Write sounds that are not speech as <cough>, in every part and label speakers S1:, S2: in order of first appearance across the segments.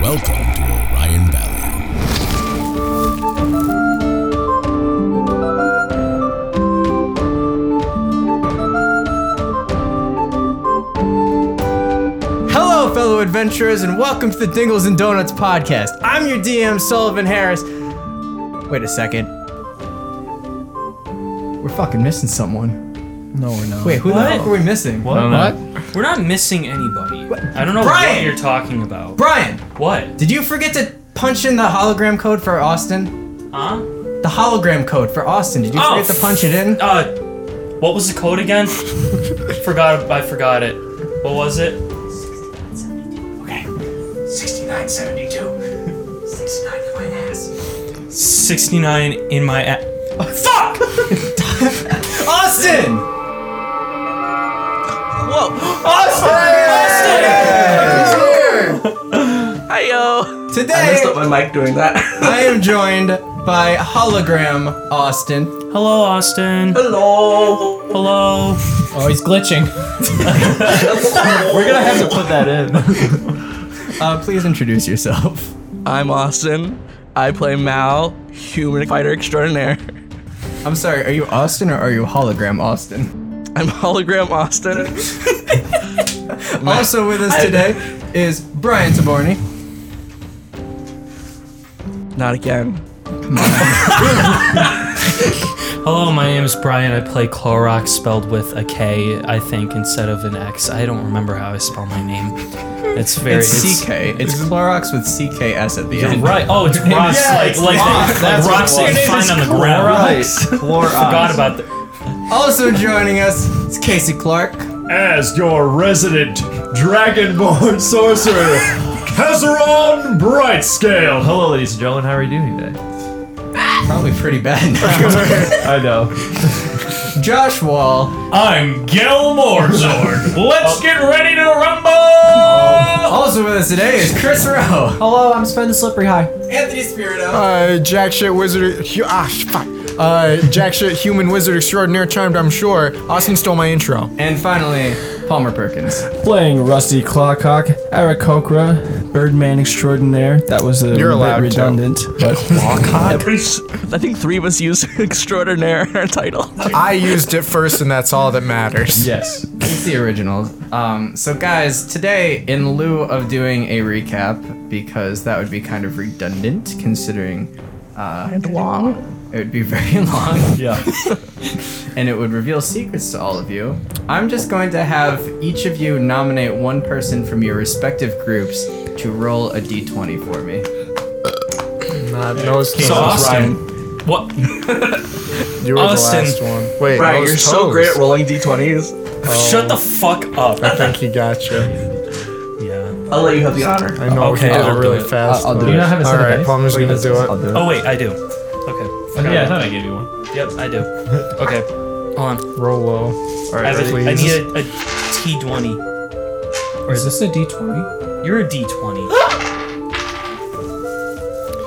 S1: Welcome to Orion Valley.
S2: Hello, fellow adventurers, and welcome to the Dingles and Donuts podcast. I'm your DM, Sullivan Harris. Wait a second. We're fucking missing someone.
S3: No, we're not.
S2: Wait, who the
S4: What?
S2: fuck are we missing?
S4: What?
S3: What?
S4: We're not missing anybody. I don't know
S2: Brian!
S4: what you're talking about.
S2: Brian,
S4: what?
S2: did you forget to punch in the hologram code for Austin?
S4: Huh?
S2: The hologram code for Austin. Did you
S4: Oh,
S2: forget to punch it in?
S4: Uh, what was the code again? forgot. I forgot it. What was it?
S2: 6972. 69 my ass.
S4: Sixty-nine in my. A- oh, Fuck!
S2: <laughs> Austin!
S3: Whoa!
S2: Austin!
S3: Hi yo!
S2: Today,
S5: I messed up my mic doing that. <laughs>
S2: I am joined by hologram Austin.
S4: Hello, Austin.
S5: Hello.
S4: Hello.
S3: Oh, he's glitching. <laughs> we're gonna have to put that in.
S2: <laughs> Uh, please introduce yourself.
S5: I'm Austin. I play Mal, human fighter extraordinaire. <laughs>
S2: I'm sorry, are you Austin or are you hologram Austin?
S5: I'm hologram Austin.
S2: <laughs> Also with us today is Brian Taborni.
S5: Not again.
S4: Hello, my name is Brian. I play Clorox spelled with a K, I think, instead of an X. I don't remember how I spell my name. It's very.
S2: It's CK. It's Clorox with CKS at the end.
S4: Right.
S2: <laughs>
S4: Oh, it's Ross.
S2: Yeah,
S4: like
S2: it's
S4: like,
S2: Ross,
S4: like
S2: that's what
S4: rocks
S2: it was.
S4: that you
S2: Your name
S4: find on the ground. Forgot
S3: Clorox.
S4: about that.
S2: Also joining us is Casey Clark.
S6: as your resident dragonborn <laughs> sorcerer, Kazaron Brightscale. Hello, ladies and gentlemen. How are you doing today?
S2: Probably pretty
S3: <laughs>
S2: bad.
S6: I know.
S2: Josh Wall.
S7: <laughs>
S6: I'm Gelmorzord. Let's get ready to rumble.
S2: Also with us today is Chris Rowe.
S3: Hello, I'm Sven the Slippery High.
S2: Anthony Spirito.
S7: Uh, jack shit wizard. Hu- ah, sh- fuck. Uh, jack shit human wizard extraordinaire charmed, I'm sure. Austin stole my intro.
S2: and finally, Palmer Perkins.
S3: Playing Rusty Clawcock, Eric Kokra, Birdman Extraordinaire. That was a
S7: You're allowed
S3: bit
S7: to.
S3: redundant, but
S5: Every s- I think three of us use <laughs> extraordinaire in our title.
S7: I used it first, and that's all that matters.
S3: yes.
S2: It's the original. Um, so, guys, today, in lieu of doing a recap, because that would be kind of redundant considering uh,
S5: And long.
S2: it would be <laughs> very long.
S3: <laughs>
S6: Yeah.
S2: and it would reveal secrets to all of you. I'm just going to have each of you nominate one person from your respective groups to roll a d20 for me.
S7: Not those
S4: So
S7: toes.
S4: Austin, what?
S7: <laughs> You were
S4: Austin.
S7: the last one. Wait,
S5: Brian,
S7: those
S5: you're so
S7: toes.
S5: great at rolling d20s.
S4: Shut the fuck up.
S7: I think he got you.
S4: yeah.
S5: I'll let you have the honor.
S7: I know
S4: Okay,
S7: he did
S4: I'll
S7: it
S4: do
S7: really
S4: it.
S7: fast.
S2: I'll- I'll do
S7: though.
S2: it. You
S3: don't have a
S7: all
S3: set of
S7: right,
S3: dice?
S7: Palmer's gonna do it.
S4: Oh wait, I do. Okay. forgot
S3: Yeah, I
S4: about
S3: thought
S4: that.
S3: I gave you one.
S4: Yep,
S2: <laughs>
S4: I do. Okay. Hold on.
S7: Roll low. All
S4: I, have
S7: right,
S4: a,
S7: please.
S4: I need a, a T20.
S3: Or is this a D20?
S4: You're a D20. <gasps>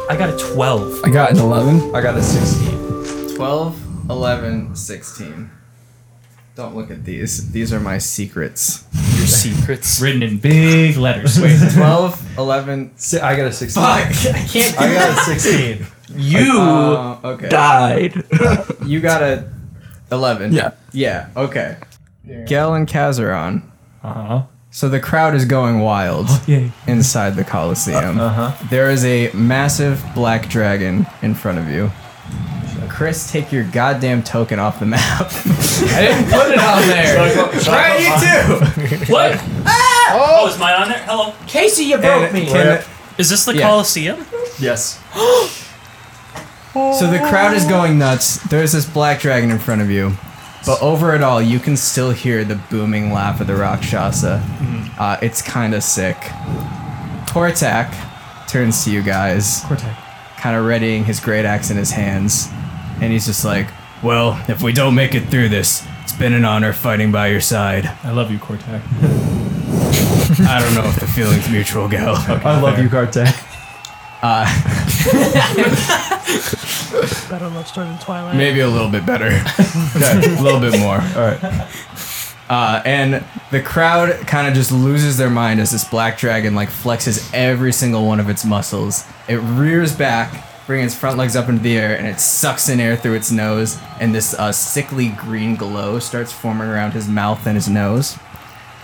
S4: I got a 12.
S3: I got an 11. I got a 16.
S2: 12, 11, 16. Don't look at these. These are my secrets.
S4: Your <laughs> secrets.
S6: Written in
S4: <laughs>
S6: big letters.
S2: Wait, 12, 11.
S3: I got a 16.
S2: Fuck! I can't do
S3: got a 16.
S5: You
S2: Uh, okay.
S5: died.
S2: You got a 11.
S7: Yeah.
S2: Yeah, okay. Gel and Kazaron.
S6: Uh-huh.
S2: So the crowd is going wild
S6: Yay.
S2: inside the Coliseum. There is a massive black dragon in front of you. Chris, take your goddamn token off the map. I didn't put it on there. Brian, you too.
S4: What?
S2: Ah!
S4: Oh, is mine on there? Hello.
S3: Casey, you
S2: And can-
S4: Is this the
S2: Yeah.
S4: Coliseum?
S6: Yes.
S2: so the crowd is going nuts. There's this black dragon in front of you. But over it all, you can still hear the booming laugh of the Rakshasa. Uh, it's kind of sick. Tortak turns to you guys. kind of readying his great axe in his hands, and he's just like, "Well, if we don't make it through this, it's been an honor fighting by your side.
S6: I love you, Cortac.
S2: I don't know if the feeling's mutual, gal."
S6: <laughs> I love you, Cortac. <laughs>
S2: Maybe a little bit better, a little bit more.
S6: All right.
S2: Uh, and the crowd kind of just loses their mind as this black dragon like flexes every single one of its muscles. It rears back, bringing its front legs up into the air, and it sucks in air through its nose. And this uh, sickly green glow starts forming around his mouth and his nose.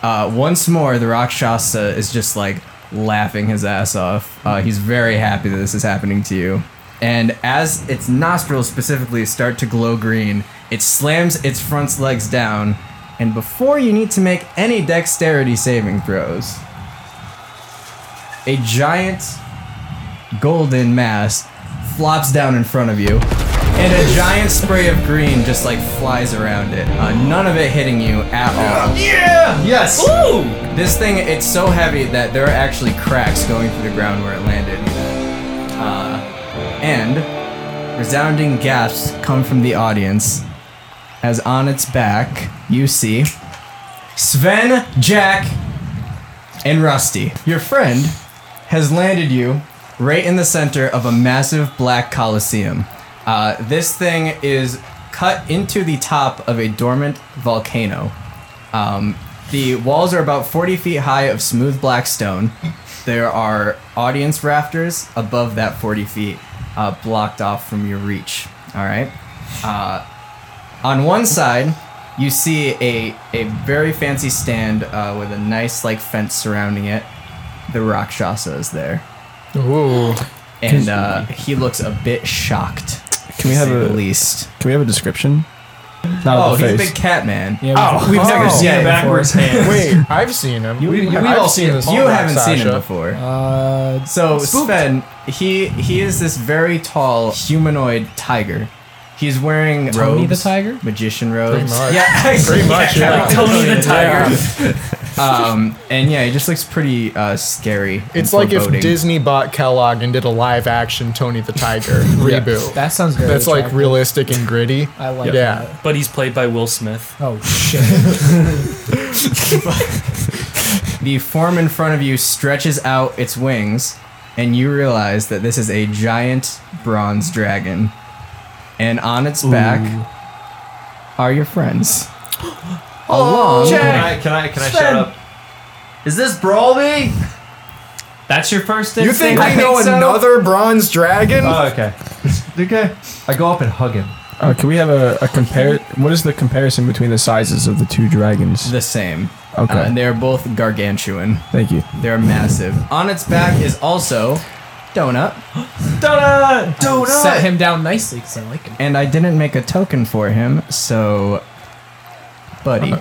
S2: Uh, once more, the Rakshasa is just like laughing his ass off. Uh, he's very happy that this is happening to you. And as its nostrils specifically start to glow green, it slams its front legs down. And before you need to make any dexterity saving throws, a giant golden mass flops down in front of you. And a giant spray of green just like flies around it. Uh, none of it hitting you at all.
S6: Yes.
S5: Oh,
S2: This thing, it's so heavy that there are actually cracks going through the ground where it landed. Uh, and resounding gasps come from the audience as on its back you see Sven, Jack, and Rusty. Your friend has landed you right in the center of a massive black coliseum. Uh, this thing is cut into the top of a dormant volcano. Um, the walls are about 40 feet high of smooth black stone. There are audience rafters above that 40 feet, uh, blocked off from your reach. All right. Uh, on one side, you see a, a very fancy stand uh, with a nice like fence surrounding it. The Rakshasa is there,
S7: Ooh.
S2: and uh, he looks a bit shocked.
S3: Can
S2: to
S3: we have
S2: say the
S3: a-
S2: least?
S3: Can we have a description? Not
S2: Oh,
S3: of the
S2: he's a
S3: face.
S2: big cat man.
S3: Yeah,
S2: We've never
S7: Oh.
S2: seen
S6: Yeah,
S2: it
S6: backwards
S2: before.
S6: hand.
S7: Wait, I've seen him.
S6: we- we've
S7: I've
S6: all seen
S7: seen
S6: him.
S7: this.
S2: You haven't seen him
S7: Sasha.
S2: before.
S3: Uh,
S2: So Sven, he he is this very tall humanoid tiger. He's wearing
S8: Tony the
S2: robes,
S8: Tiger?
S2: magician robes.
S7: much.
S2: Yeah, <laughs> pretty
S7: much, yeah.
S4: Tony the Tiger.
S2: <laughs> Um, and yeah, he just looks pretty uh, scary. and
S7: It's like if
S2: foreboding.
S7: Disney bought Kellogg and did a live action Tony the Tiger reboot.
S8: That sounds very.
S7: That's like
S8: attractive.
S7: realistic and gritty.
S8: I like
S7: Yeah.
S8: that.
S4: But he's played by Will Smith.
S8: Oh shit!
S2: the form in front of you stretches out its wings, and you realize that this is a giant bronze dragon, and on its back are your friends. <gasps> Along,
S6: Can I can I can I shut up?
S4: Is this Brawlby? That's your first
S7: You
S4: instinct?
S7: think we know another bronze dragon?
S6: Oh, okay. okay. I go up and hug him.
S3: uh, can we have a, a compare? What is the comparison between the sizes of the two dragons?
S2: the same.
S3: Okay.
S2: Uh, and they are both gargantuan.
S3: Thank you.
S2: They're massive. On its back is also donut.
S6: Donut. Donut.
S8: Set him down nicely because I like him.
S2: And I didn't make a token for him, so buddy.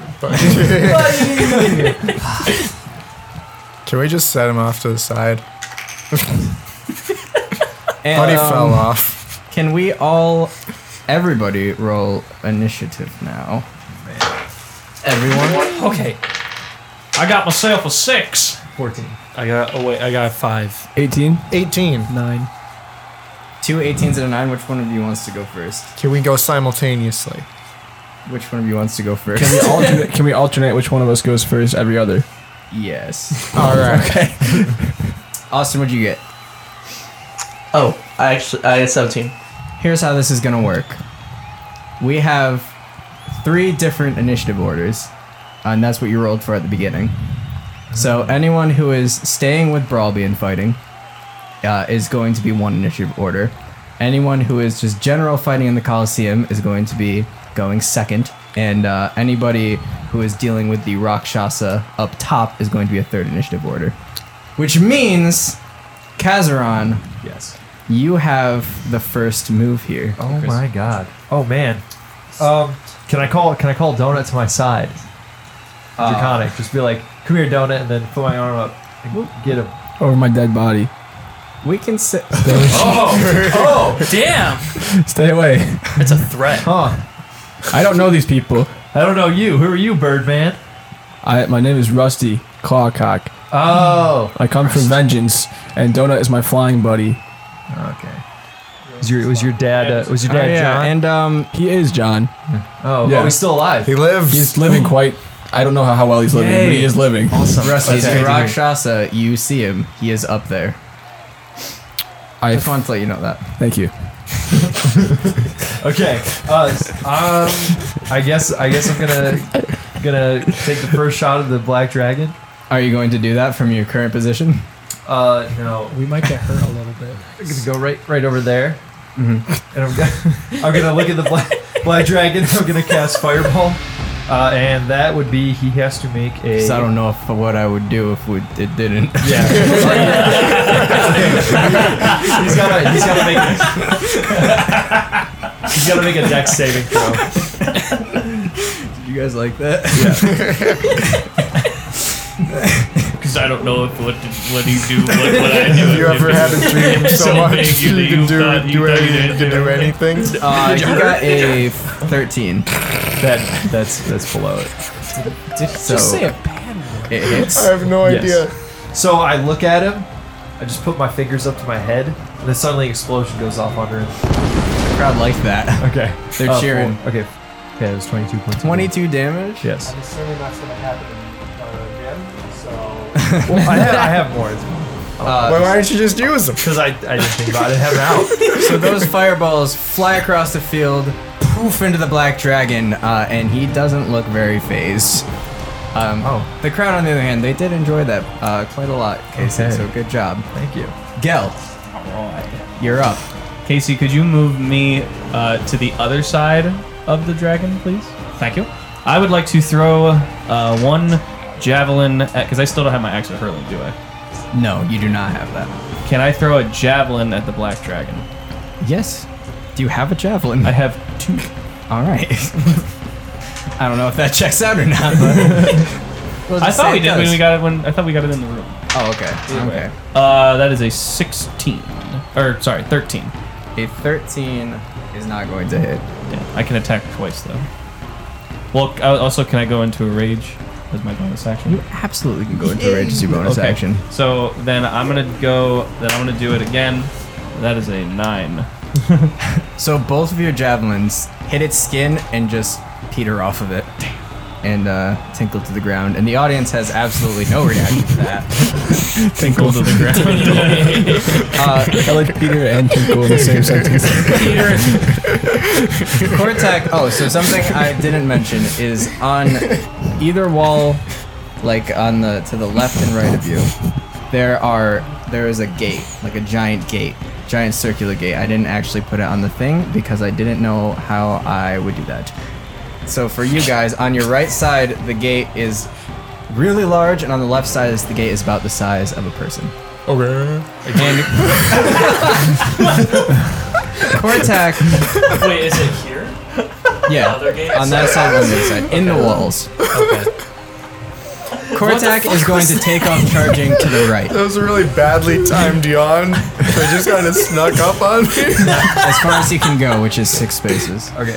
S7: Can we just set him off to the side?
S2: And,
S7: Buddy
S2: um,
S7: fell off.
S2: Can we all everybody roll initiative now? Everyone?
S4: Okay. I got myself a six.
S8: Fourteen.
S4: I got oh wait, I got a five.
S3: 18.
S7: 18.
S8: Nine.
S2: Two 18s and a 9. Which one of you wants to go first?
S7: Can we go simultaneously?
S2: Which one of you wants to go
S3: Can
S2: first?
S3: we alternate? Can we alternate which one of us goes first? Every other.
S2: yes. <laughs>
S7: All right.
S2: Austin, what'd you get?
S5: Oh, I actually, I had 17.
S2: here's how this is gonna work. We have three different initiative orders, and that's what you rolled for at the beginning. So anyone who is staying with Brawlby and fighting uh, is going to be one initiative order. Anyone who is just general fighting in the Coliseum is going to be going second, and uh, anybody who is dealing with the Rakshasa up top is going to be a third initiative order. Which means, Kazaron,
S6: Yes.
S2: you have the first move here.
S6: Oh my god. Oh man. Um, can I call? Can I call Donut to my side? Draconic. Just be like, "Come here, Donut," and then put my arm up and get him.
S3: Over my dead body.
S2: We can sit.
S4: Damn!
S3: Stay away.
S4: It's a threat.
S6: Huh?
S3: I don't know these people.
S6: I don't know you. Who are you, Birdman?
S3: I my name is Rusty Clawcock.
S6: Oh.
S3: I come from vengeance, and Donut is my flying buddy.
S6: Okay. Was your was your dad uh, was your
S2: Oh,
S6: dad
S2: yeah,
S6: John?
S2: and um,
S3: He is John.
S6: oh,
S3: yeah.
S6: oh, he's still alive.
S7: He lived.
S3: He's living quite. I don't know how well he's living, but
S6: Yay.
S3: he is living.
S2: Rusty,
S6: Okay.
S2: the Rakshasa, you see him. He is up there. I
S3: I
S2: just wanted to let you know that.
S3: thank you.
S6: Okay. Uh, s- um, I guess I guess I'm gonna gonna take the first shot of the black dragon.
S2: Are you going to do that from your current position?
S6: Uh, no,
S8: We might get hurt a little bit.
S6: I'm <laughs> gonna go right, right over there, and I'm gonna, <laughs> I'm gonna look at the black, black dragon. I'm gonna cast fireball, uh, and that would be he has to make a.
S2: Because I don't know if, what I would do if we, it <laughs> didn't.
S6: Yeah. he's gotta, he's gotta make. he's gotta make a dex saving throw.
S2: Did you guys like that?
S9: Because I don't know if what did, what do you do, what, what I do.
S7: Have you ever had a
S6: <laughs>
S7: dream so
S9: Something
S7: much
S9: you-
S7: you,
S9: that
S7: can
S9: you
S7: do,
S9: thought you thought you
S7: do, any- you
S9: didn't
S7: can
S9: do.
S7: do anything?
S2: <laughs> Uh, you got a 13.
S6: That that's that's below it.
S8: Did
S2: So-
S8: just say a bad word?
S2: It
S7: I
S2: hits.
S7: have no
S6: Yes.
S7: idea.
S6: So I look at him. I just put my fingers up to my head, and then suddenly an explosion goes off under him.
S2: The crowd liked that.
S6: Okay.
S2: They're
S6: Uh,
S2: cheering.
S6: four- okay. Okay, it was 22 points.
S2: 22 damage?
S6: Yes.
S7: Certainly that's gonna happen again. So.
S6: I, have, I have more. Uh,
S7: Why, why didn't you just use them?
S6: Because I, I didn't think about it. I didn't have it out.
S2: So those fireballs fly across the field, poof into the black dragon, uh, and he doesn't look very phased. Um,
S6: Oh.
S2: The crowd, on the other hand, they did enjoy that uh, quite a lot, Casey.
S6: Okay.
S2: So good job,
S6: Thank you.
S2: Gel. You're up.
S9: Casey, could you move me uh, to the other side of the dragon, please? Thank you. I would like to throw uh, one <laughs> javelin at because I still don't have my axe of hurling, do I?
S2: No, you do not have that.
S9: Can I throw a javelin at the black dragon?
S2: Yes. Do you have a javelin?
S9: I have two.
S2: All right.
S9: <laughs>
S2: I don't know if that checks out or not. But We'll
S9: I
S2: just
S9: thought
S2: say
S9: we
S2: it
S9: did when
S2: does.
S9: we got it when I thought we got it in the room.
S2: Oh, okay. Okay.
S9: Uh, that is a 16 or sorry, 13.
S2: A 13 is not going to hit.
S9: Yeah, I can attack twice though. Well, I- also can I go into a rage as my bonus action?
S2: You absolutely can go into rage as <laughs> your bonus
S9: Okay.
S2: action.
S9: So then I'm gonna go. Then I'm gonna do it again. That is a nine.
S2: So both of your javelins hit its skin and just peter off of it and uh, tinkle to the ground. And the audience has absolutely no reaction
S9: <laughs>
S2: to that.
S9: Tinkle to the ground.
S2: <laughs> Uh,
S3: <laughs> I like Peter and Tinkle in the <laughs> same sentence.
S2: Cortac. Oh, so something I didn't mention is on either wall, like on the to the left and right of you, there are there is a gate, like a giant gate, giant circular gate. I didn't actually put it on the thing because I didn't know how I would do that. So for you guys, on your right side, the gate is really large, and on the left side, is the gate is about the size of a person.
S7: Okay.
S2: And Cortac
S4: Wait, is it here?
S2: yeah,
S4: Other games?
S2: on that side, on the other side, in the walls. Kortak is going to take off charging to the right.
S7: That was a really badly
S6: <laughs>
S7: timed yawn. They just kind of snuck up on me.
S2: As far as he can go, which is six spaces. <laughs>
S6: Okay.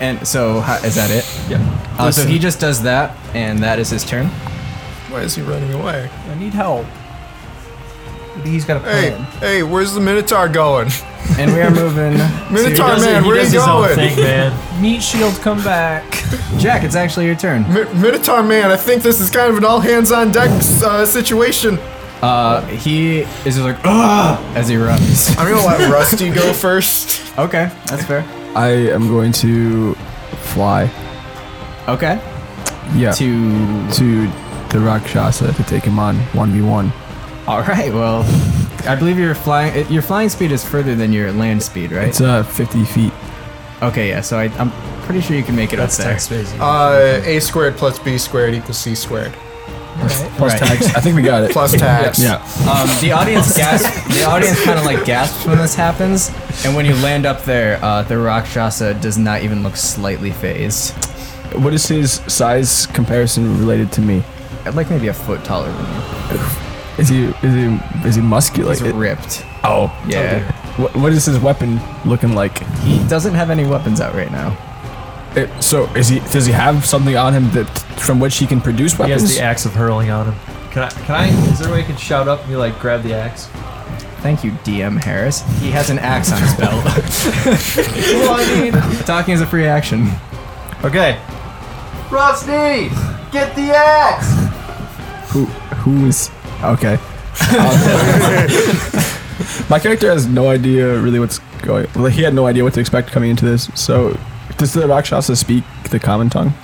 S2: And so, ho- is that it?
S6: Yeah.
S2: Uh, so he just does that, and that is his turn.
S7: <laughs> Why is he running away?
S3: I need help.
S6: He's got a
S7: Hey,
S6: plan.
S7: hey, where's the Minotaur going?
S2: And we are moving.
S7: Minotaur
S6: does it-
S7: man,
S6: he
S7: where are
S6: does
S7: you
S6: his own
S7: going?
S6: thing, man.
S8: Meat shield, come back.
S2: Jack, it's actually your turn.
S7: Mi- Minotaur man, I think this is kind of an all hands on deck uh, situation.
S2: Uh, he is just like, Ugh! as he runs.
S7: I'm gonna
S2: <laughs>
S7: let Rusty go first.
S2: Okay, that's fair.
S3: I am going to fly.
S2: Okay.
S3: Yeah. To,
S2: To.
S3: the Rakshasa to take him on 1v1.
S2: Alright, well, I believe your flying it- your flying speed is further than your land speed, right?
S3: It's uh 50 feet.
S2: Okay, yeah, so I, I'm pretty sure you can make it
S4: That's
S2: up there.
S4: tax phasing.
S7: Uh, A squared plus B squared equals C squared.
S3: Plus tax. I think we <laughs> got it.
S2: <laughs>
S7: Plus tax.
S3: Yeah.
S2: Um, the audience gasp. The audience kind of like gasps when this happens, and when you land up there, uh, the Rakshasa does not even look slightly phased.
S3: What is his size comparison related to me?
S2: Like maybe a foot taller than you.
S3: Is he is he is he muscular?
S2: He's ripped.
S3: oh
S2: Yeah.
S3: What, what is his weapon looking like?
S2: He doesn't have any weapons out right now.
S3: It, so is he does he have something on him that from which he can produce
S6: He
S3: weapons?
S6: has the axe of hurling on him. Can I? Can I? Is there a way I can shout up and be like, grab the axe?
S2: Thank you, DM Harris. He has an axe on
S6: <laughs>
S2: his belt. Talking is a free action.
S6: Okay. Rusty, get the axe.
S3: who who is okay. <laughs> Um, my character has no idea really what's going. Like, he had no idea what to expect coming into this. So Does the Rakshasa speak the common tongue?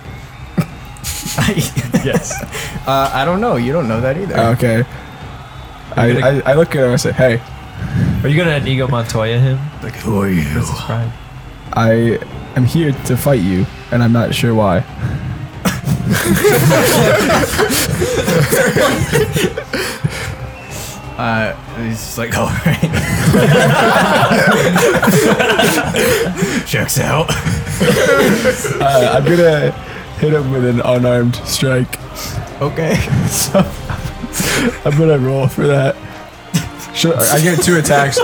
S6: yes.
S2: Uh, I don't know. You don't know that either.
S3: Okay. I,
S6: gonna-
S3: I, I look at her and I say, hey,
S6: Are you gonna Inigo Montoya him?
S2: Like, who are you?
S6: Mrs. Prime?
S3: I am here to fight you, and I'm not sure why.
S2: Uh, he's just like, all
S7: <laughs>
S2: right. Checks out.
S3: Uh, I'm gonna hit him with an unarmed strike.
S2: Okay.
S3: <laughs> So I'm gonna roll for that. Should, I get two attacks.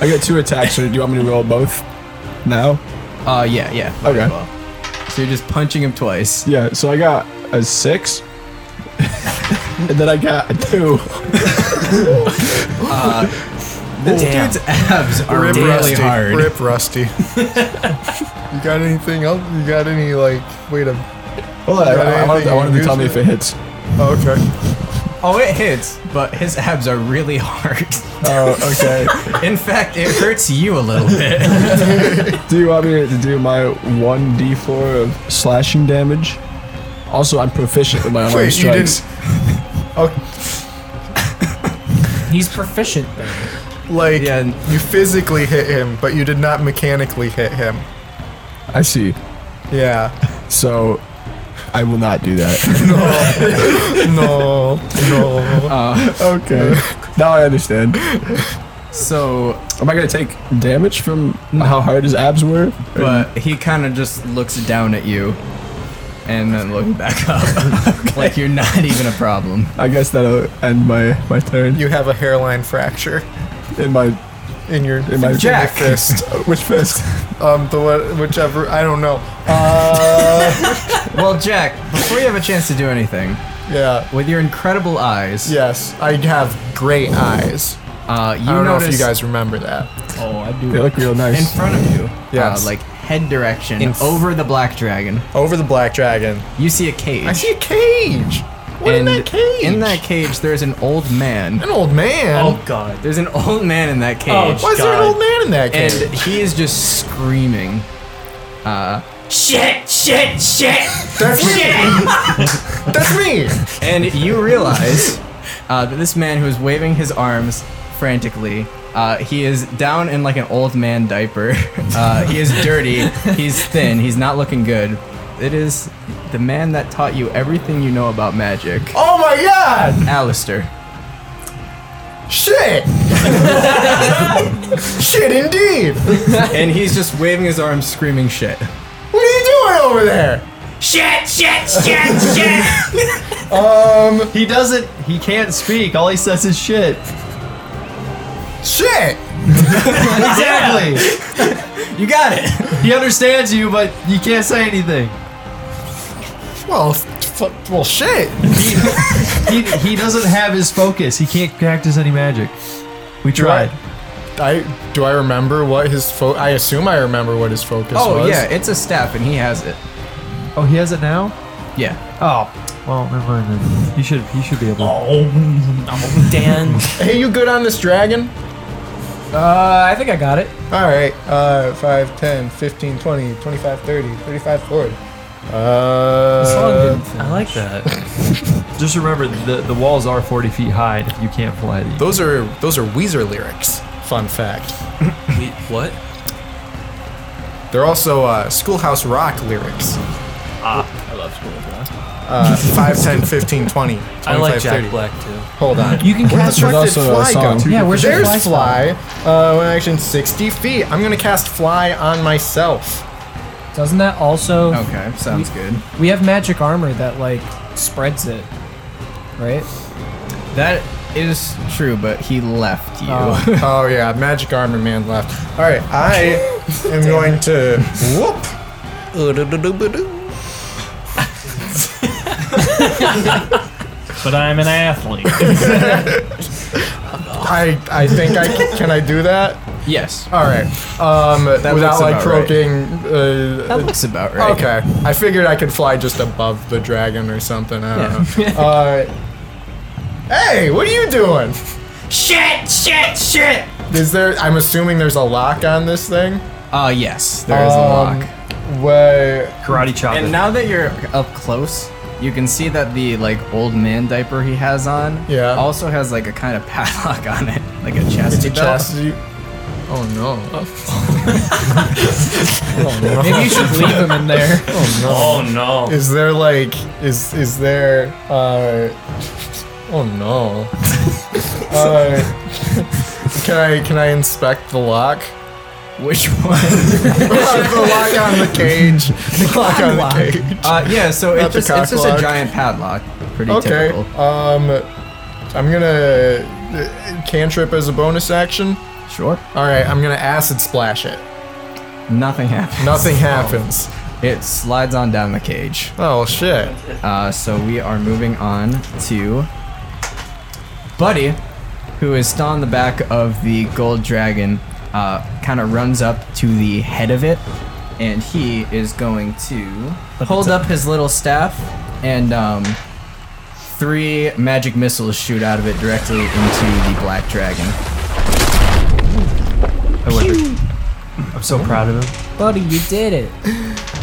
S3: I get two attacks. So do you want me to roll both now?
S2: Uh, yeah, yeah. might
S3: Okay.
S2: as well. So you're just punching him twice.
S3: Yeah. So I got
S2: <laughs>
S3: a six, and then I got a two.
S2: This dude's abs are
S7: Rip
S2: really
S7: Rusty.
S2: hard. <laughs>
S7: Rip Rusty. you got anything else? You got any like? Wait a.
S3: Well, I,
S7: Got
S3: I, I wanted, I
S7: anything
S3: wanted to tell me
S7: useful?
S3: if it
S2: <laughs>
S3: hits.
S7: Oh, okay.
S2: Oh, it hits, but his abs are really hard.
S3: Oh, okay.
S2: In fact, it hurts you a little bit.
S3: do you want me to do my one d4 of slashing damage? Also, I'm proficient with my unarmed
S7: Wait, you
S3: strikes.
S7: didn't. Oh,
S8: He's proficient. Though.
S7: like
S2: Yeah, and-
S7: you physically hit him, but you did not mechanically hit him.
S3: I see.
S7: Yeah.
S3: So, I will not do
S7: <laughs>
S3: that.
S2: <laughs>
S7: No. no.
S2: Uh,
S3: okay. <laughs> Now I understand.
S2: So,
S3: Am I gonna take damage from how hard his abs were?
S2: but he kind of just looks down at you and then looks back
S6: <laughs>
S2: up. Like you're not even a problem.
S3: I guess that'll end my my turn.
S7: You have a hairline fracture
S3: in my uh,
S7: in your
S3: in my
S2: Jack.
S3: in my fist. Which
S7: <laughs>
S3: fist?
S7: um the what whichever I don't know. Uh.
S2: Well, Jack, before you have a chance to do anything,
S7: yeah.
S2: with your incredible eyes,
S7: Yes, I have great eyes.
S2: uh, you
S7: I don't know
S2: notice
S7: if you guys remember that.
S3: They look real
S2: in
S3: nice.
S2: front of you,
S7: Yes.
S2: uh, like head direction
S7: In f-
S2: over the black dragon,
S7: Over the black dragon.
S2: you see a cage.
S7: I see a cage. What
S2: and
S7: in that cage?
S2: in that cage, there's an old man.
S7: an old man.
S9: Oh god.
S2: There's an old man in that cage.
S9: Oh,
S7: Why is there an
S9: God.
S7: old man in that
S2: and
S7: cage?
S2: he is just screaming.
S10: Shit, shit, shit.
S7: that's me. that's me.
S2: And you realize uh, that this man who is waving his arms frantically, uh, he is down in like an old man diaper. <laughs> Uh, he is dirty, he's thin, he's not looking good. It is the man that taught you everything you know about magic,
S7: Oh my god.
S2: Alistair.
S7: Shit. Shit indeed.
S2: And he's just waving his arms, screaming shit.
S7: What are you doing over there?
S10: Shit, shit, shit, shit.
S7: <laughs> Um,
S6: He doesn't. He can't speak. All he says is shit.
S7: Shit.
S6: Exactly.
S2: You got it!
S6: He understands you, but you can't say anything.
S7: Well, fuck, well, shit.
S6: He, he doesn't have his focus. He can't practice any magic. We tried.
S7: I do I remember what his fo- I assume I remember what his focus
S2: Oh,
S7: was.
S2: yeah, it's a staff and he has it.
S6: Oh, he has it now.
S2: Yeah.
S6: Oh, well, never mind then. He should. He should be able.
S4: Dan.
S7: Hey, you good on this dragon?
S8: Uh, I think I got it.
S7: All right, uh, 5, 10, 15, 20, 25, 30, 35, 40. Uh,
S4: I like that.
S6: Just remember, the the walls are 40 feet high. and If you can't fly these.
S7: those are those are Weezer lyrics. Fun fact.
S4: We, what?
S7: They're also uh, Schoolhouse Rock lyrics. Ah, I love Schoolhouse Rock. Uh, 5, 10, 15, 20,
S4: <laughs>
S7: 25,
S4: I like Jack
S7: 30.
S4: Black too.
S7: Hold on.
S8: You can
S7: Where the
S8: cast
S7: fuck did
S3: also a
S7: fly go?
S3: song.
S8: Yeah, where's your
S7: There's
S8: fly spell?
S7: fly. Uh, one action 60 feet. I'm gonna cast fly on myself.
S8: Doesn't that also?
S2: Okay, sounds good.
S8: We have magic armor that like spreads it, right?
S2: That is true, but he left you. <laughs>
S8: Oh.
S7: oh yeah, magic armor man left. All right, I am going to whoop.
S9: But I'm an
S8: <laughs>
S9: athlete.
S7: I I
S2: <laughs>
S7: think I can, can I do that.
S2: yes.
S7: All right, um, without
S2: looks
S7: like
S2: about right.
S7: provoking. Uh,
S2: That looks about right.
S7: Okay, I figured I could fly just above the dragon or something. I
S2: <laughs>
S7: don't know. uh, hey, what are you doing?
S10: Shit, shit, shit.
S7: Is there? I'm assuming there's a lock on this thing. Um,
S2: Uh, yes, there is a lock.
S7: Where
S6: Karate chop.
S2: And now that you're up close, you can see that the like old man diaper he has on
S7: Yeah.
S2: also has like a kind of <laughs> padlock on it, like a chastity
S7: It's a
S2: belt.
S7: chastity- Oh <laughs> no.
S8: Maybe you should leave him in there.
S7: Oh
S4: no.
S7: Is there like is is there uh Oh <laughs> no. uh, can I can I inspect the lock?
S2: Which one?
S7: <laughs> the lock on the cage. The lock on the cage.
S2: Uh, yeah, so
S7: Not
S2: it's
S7: the
S2: just, it's just
S7: cocklock.
S2: a giant padlock. Pretty
S7: okay.
S2: typical.
S7: Um I'm gonna uh, cantrip as a bonus action.
S2: Sure.
S7: Alright, I'm gonna acid splash it.
S2: Nothing happens.
S7: Nothing happens.
S2: It slides on down the cage.
S7: Oh shit.
S2: Uh, so we are moving on to Buddy, who is still on the back of the gold dragon, uh, kind of runs up to the head of it, and he is going to hold up his little staff, and um, three magic missiles shoot out of it directly into the black dragon.
S6: I'm so proud of him.
S8: Buddy, you did it.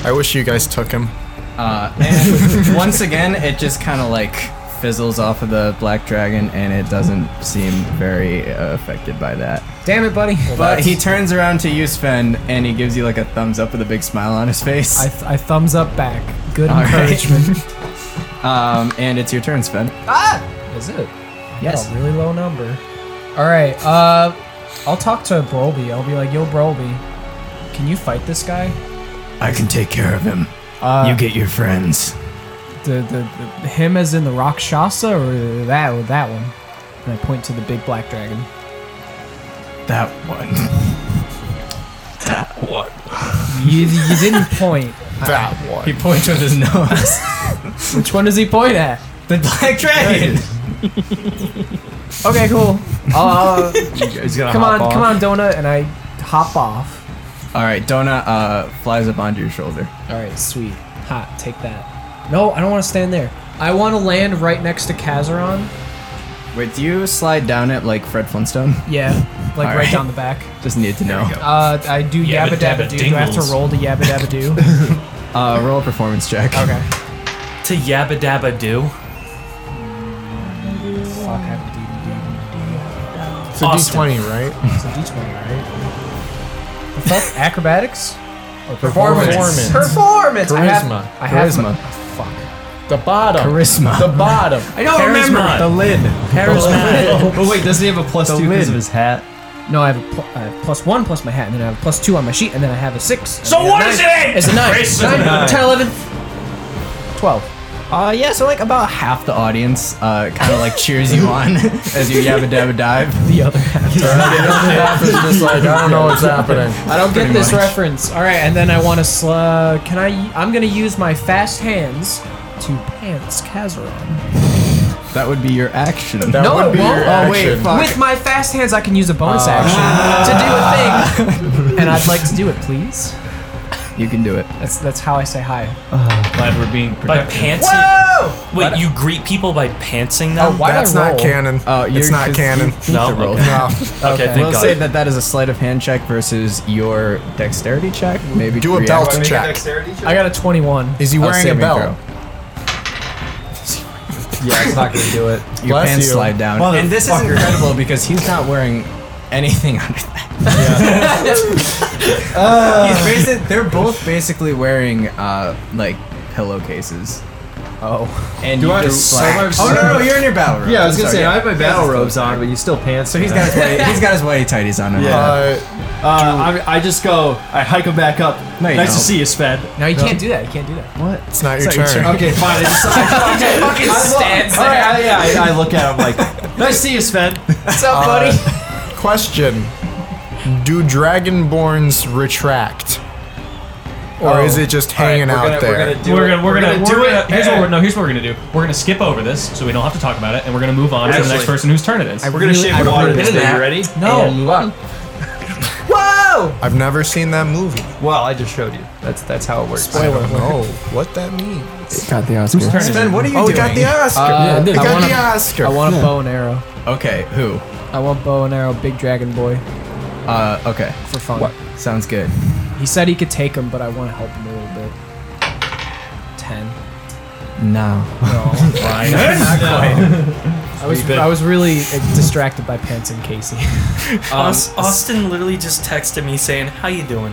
S7: I wish you guys took him.
S2: Uh, and once again, it just kind of like fizzles off of the black dragon, and it doesn't seem very uh, affected by that.
S8: Damn it, buddy.
S2: But he turns around to you, Sven, and he gives you like a thumbs up with a big smile on his face.
S8: I, th- I thumbs up back. Good
S2: All right.
S6: <laughs>
S8: encouragement.
S2: Um, and it's your turn, Sven.
S8: Is it?
S2: Yes.
S8: Got a really low number. All right. Uh, I'll talk to Broby. I'll be like, Yo, Broby, can you fight this guy?
S2: I can take care of him.
S8: Uh,
S2: get your <laughs> friends.
S8: the, the, the him as in the Rakshasa or that or that one? And I point to the big black dragon.
S2: That one. <laughs>
S8: You, you didn't
S2: <laughs>
S8: point.
S7: That one.
S2: He points with his nose.
S8: <laughs> Which one does he point at?
S2: the black dragon.
S8: Okay, cool. Uh,
S6: He's gonna
S8: come on,
S6: hop
S8: come
S6: off.
S8: on, Donut, and I hop off.
S2: All right, Donna uh, flies up onto your shoulder.
S8: All right, sweet, hot, take that. No, I don't want to stand there. I want to land right next to Kazaron.
S2: Wait, do you slide down it like Fred Flintstone? <laughs>
S8: Yeah, like
S2: All
S8: right.
S2: right.
S8: down the back.
S2: Just needed to know.
S8: Uh, I do
S9: Yabba
S8: yabba dabba
S9: dabba
S8: do. Do I have to
S9: dingles.
S8: roll to yabba dabba do?
S2: <laughs> Uh, roll a performance check.
S8: Okay.
S4: To yabba dabba do.
S8: Fuck, I have
S7: It's a D20, right?
S8: <laughs> a D20. It's a D20, right? The fuck? <laughs> Acrobatics?
S7: Performance.
S8: Performance! I have-
S7: Charisma.
S8: I have,
S2: Charisma.
S7: The bottom.
S2: Charisma. <laughs>
S7: The bottom.
S4: I don't remember. The lid. Charisma.
S6: But wait, doesn't he have a plus two because of his hat?
S8: No, I have, a pl- I have plus one plus my hat, and then I have a plus two on my sheet, and then I have a six.
S4: So
S8: what
S4: what
S8: is
S4: is it?
S8: It's a nine.
S4: Charisma.
S8: Nine,
S6: Nine.
S8: ten, eleven, twelve.
S2: Uh, yeah, so like about half the audience uh, kind of like cheers you on as you yabba dabba dive.
S8: The other half.
S7: just like, I don't know what's happening.
S8: I don't get
S2: Pretty
S8: this
S2: much.
S8: reference. All right, and then I want to sl- uh, Can I? I'm gonna use my fast hands to pants Kazaron.
S2: That would be your action.
S7: That
S8: No,
S7: would
S8: it
S7: be
S8: won't.
S7: your
S2: Oh, wait,
S7: action.
S2: fuck.
S8: With my fast hands, I can use a bonus action to do <laughs> a thing, and I'd like to do it, please.
S2: You can do it.
S8: That's that's how I say hi.
S9: Glad we're being
S4: By
S9: protected.
S4: pantsing. Wait, you greet people by pantsing them?
S8: Oh, why
S7: That's
S8: did I
S7: not
S8: roll?
S7: canon.
S2: Uh,
S7: it's
S2: you're-
S7: not
S2: 'cause
S7: canon.
S2: you need to roll.
S4: <laughs>
S7: No.
S4: okay, thank
S2: We'll
S4: God.
S2: say that that is a sleight of hand check versus your dexterity check. Maybe
S7: Do a
S2: react-
S7: belt check.
S8: I got a 21.
S7: Is he
S2: Oh,
S7: wearing a
S2: saving
S7: belt?
S2: throw.
S6: Yeah, he's not gonna do it.
S2: Your
S7: Bless
S2: pants
S7: you.
S2: slide down. And this is incredible because he's not wearing anything <laughs> under that. <laughs> Uh. He's basi- they're both basically wearing uh, like pillowcases. Oh. And
S6: Do
S2: you
S6: I-
S2: just
S6: so
S2: slide-
S6: am I-
S2: Oh no, no, you're in your battle robe.
S6: Yeah, I was
S2: I'm
S6: gonna
S2: sorry,
S6: say
S2: yeah.
S6: I have my battle robes on, but you still pants.
S2: So he's got his whitey, he's got his whitey tighties on. Yeah.
S7: Uh,
S6: Uh, I, I just go. I hike him back up.
S2: No, you
S6: nice to
S2: don't.
S6: see you, Sped.
S8: No, you can't do that. You can't do that.
S7: it's not your turn.
S6: Okay, <laughs> fine. I just, I,
S8: Fucking stands
S6: all right, I, yeah, I, I look at him like, nice to see you, Sped.
S8: What's up, buddy?
S7: Question Do dragonborns retract? Or is it just hanging out there?
S6: do
S9: we're gonna we're, gonna, do it. Here's what we're
S6: gonna-
S9: no. Here's what we're gonna do. We're gonna skip over this, so we don't have to talk about it, and we're gonna move on to the next
S6: Actually-
S9: person whose turn it is.
S6: we're gonna
S8: Really, I
S6: shave water
S8: really
S6: this
S8: did
S6: day.
S8: that.
S6: You ready?
S8: No. Whoa!
S7: I've never seen that movie.
S6: Well, I just showed you. That's that's how it works.
S7: I don't know what that means.
S3: Got the Oscar.
S9: Whose turn is it?
S2: Ben, what are you
S7: Oh, we
S2: doing?
S7: got the Oscar.
S8: Uh,
S7: we
S8: I
S7: got
S8: wanna-
S7: the Oscar.
S8: I want a bow and arrow.
S2: okay, who?
S8: I want bow and arrow, big dragon boy,
S2: Uh, okay,
S8: for fun.
S2: sounds good.
S8: He said he could take him, but I want to help him a little bit. Ten.
S2: No.
S8: No.
S2: <laughs> Brian.
S8: Not
S2: No.
S8: quite. I was
S2: Stupid.
S8: I was really uh, distracted by Pence and Casey.
S4: Um,
S8: Us-
S4: Austin literally just texted me saying, "How you doing?"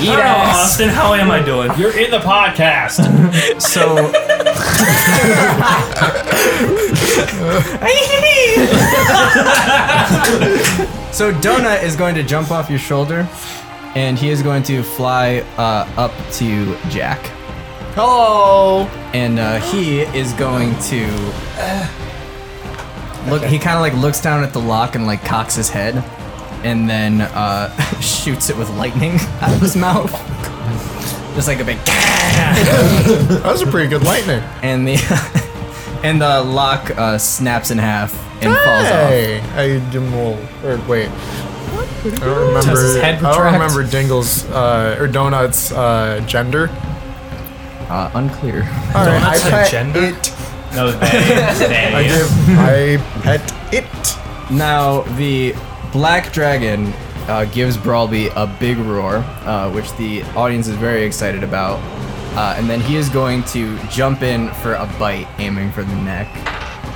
S9: Eat
S4: Hello,
S9: ass.
S4: Austin. How am I doing?
S9: You're in the podcast.
S6: <laughs>
S4: so.
S2: So Donut is going to jump off your shoulder, and he is going to fly uh, up to Jack. Hello. And uh, he is going to uh, look. He kind of like looks down at the lock and like cocks his head, and then uh, <laughs> shoots it with lightning <laughs> out of his mouth. Just like a big. <laughs> that
S7: was a pretty good lightning.
S2: And the <laughs> and the lock uh, snaps in half and
S7: hey,
S2: falls off.
S7: I didn't roll. Or er, wait, I don't remember.
S2: Does his head
S7: I don't
S2: retract?
S7: remember Dingle's uh, or Donut's uh, gender.
S2: Uh, unclear.
S7: All right, I pet
S4: It.
S9: No,
S7: I give. I pet it.
S2: Now, the black dragon uh, gives Brawlby a big roar, uh, which the audience is very excited about. Uh, and then he is going to jump in for a bite, aiming for the neck.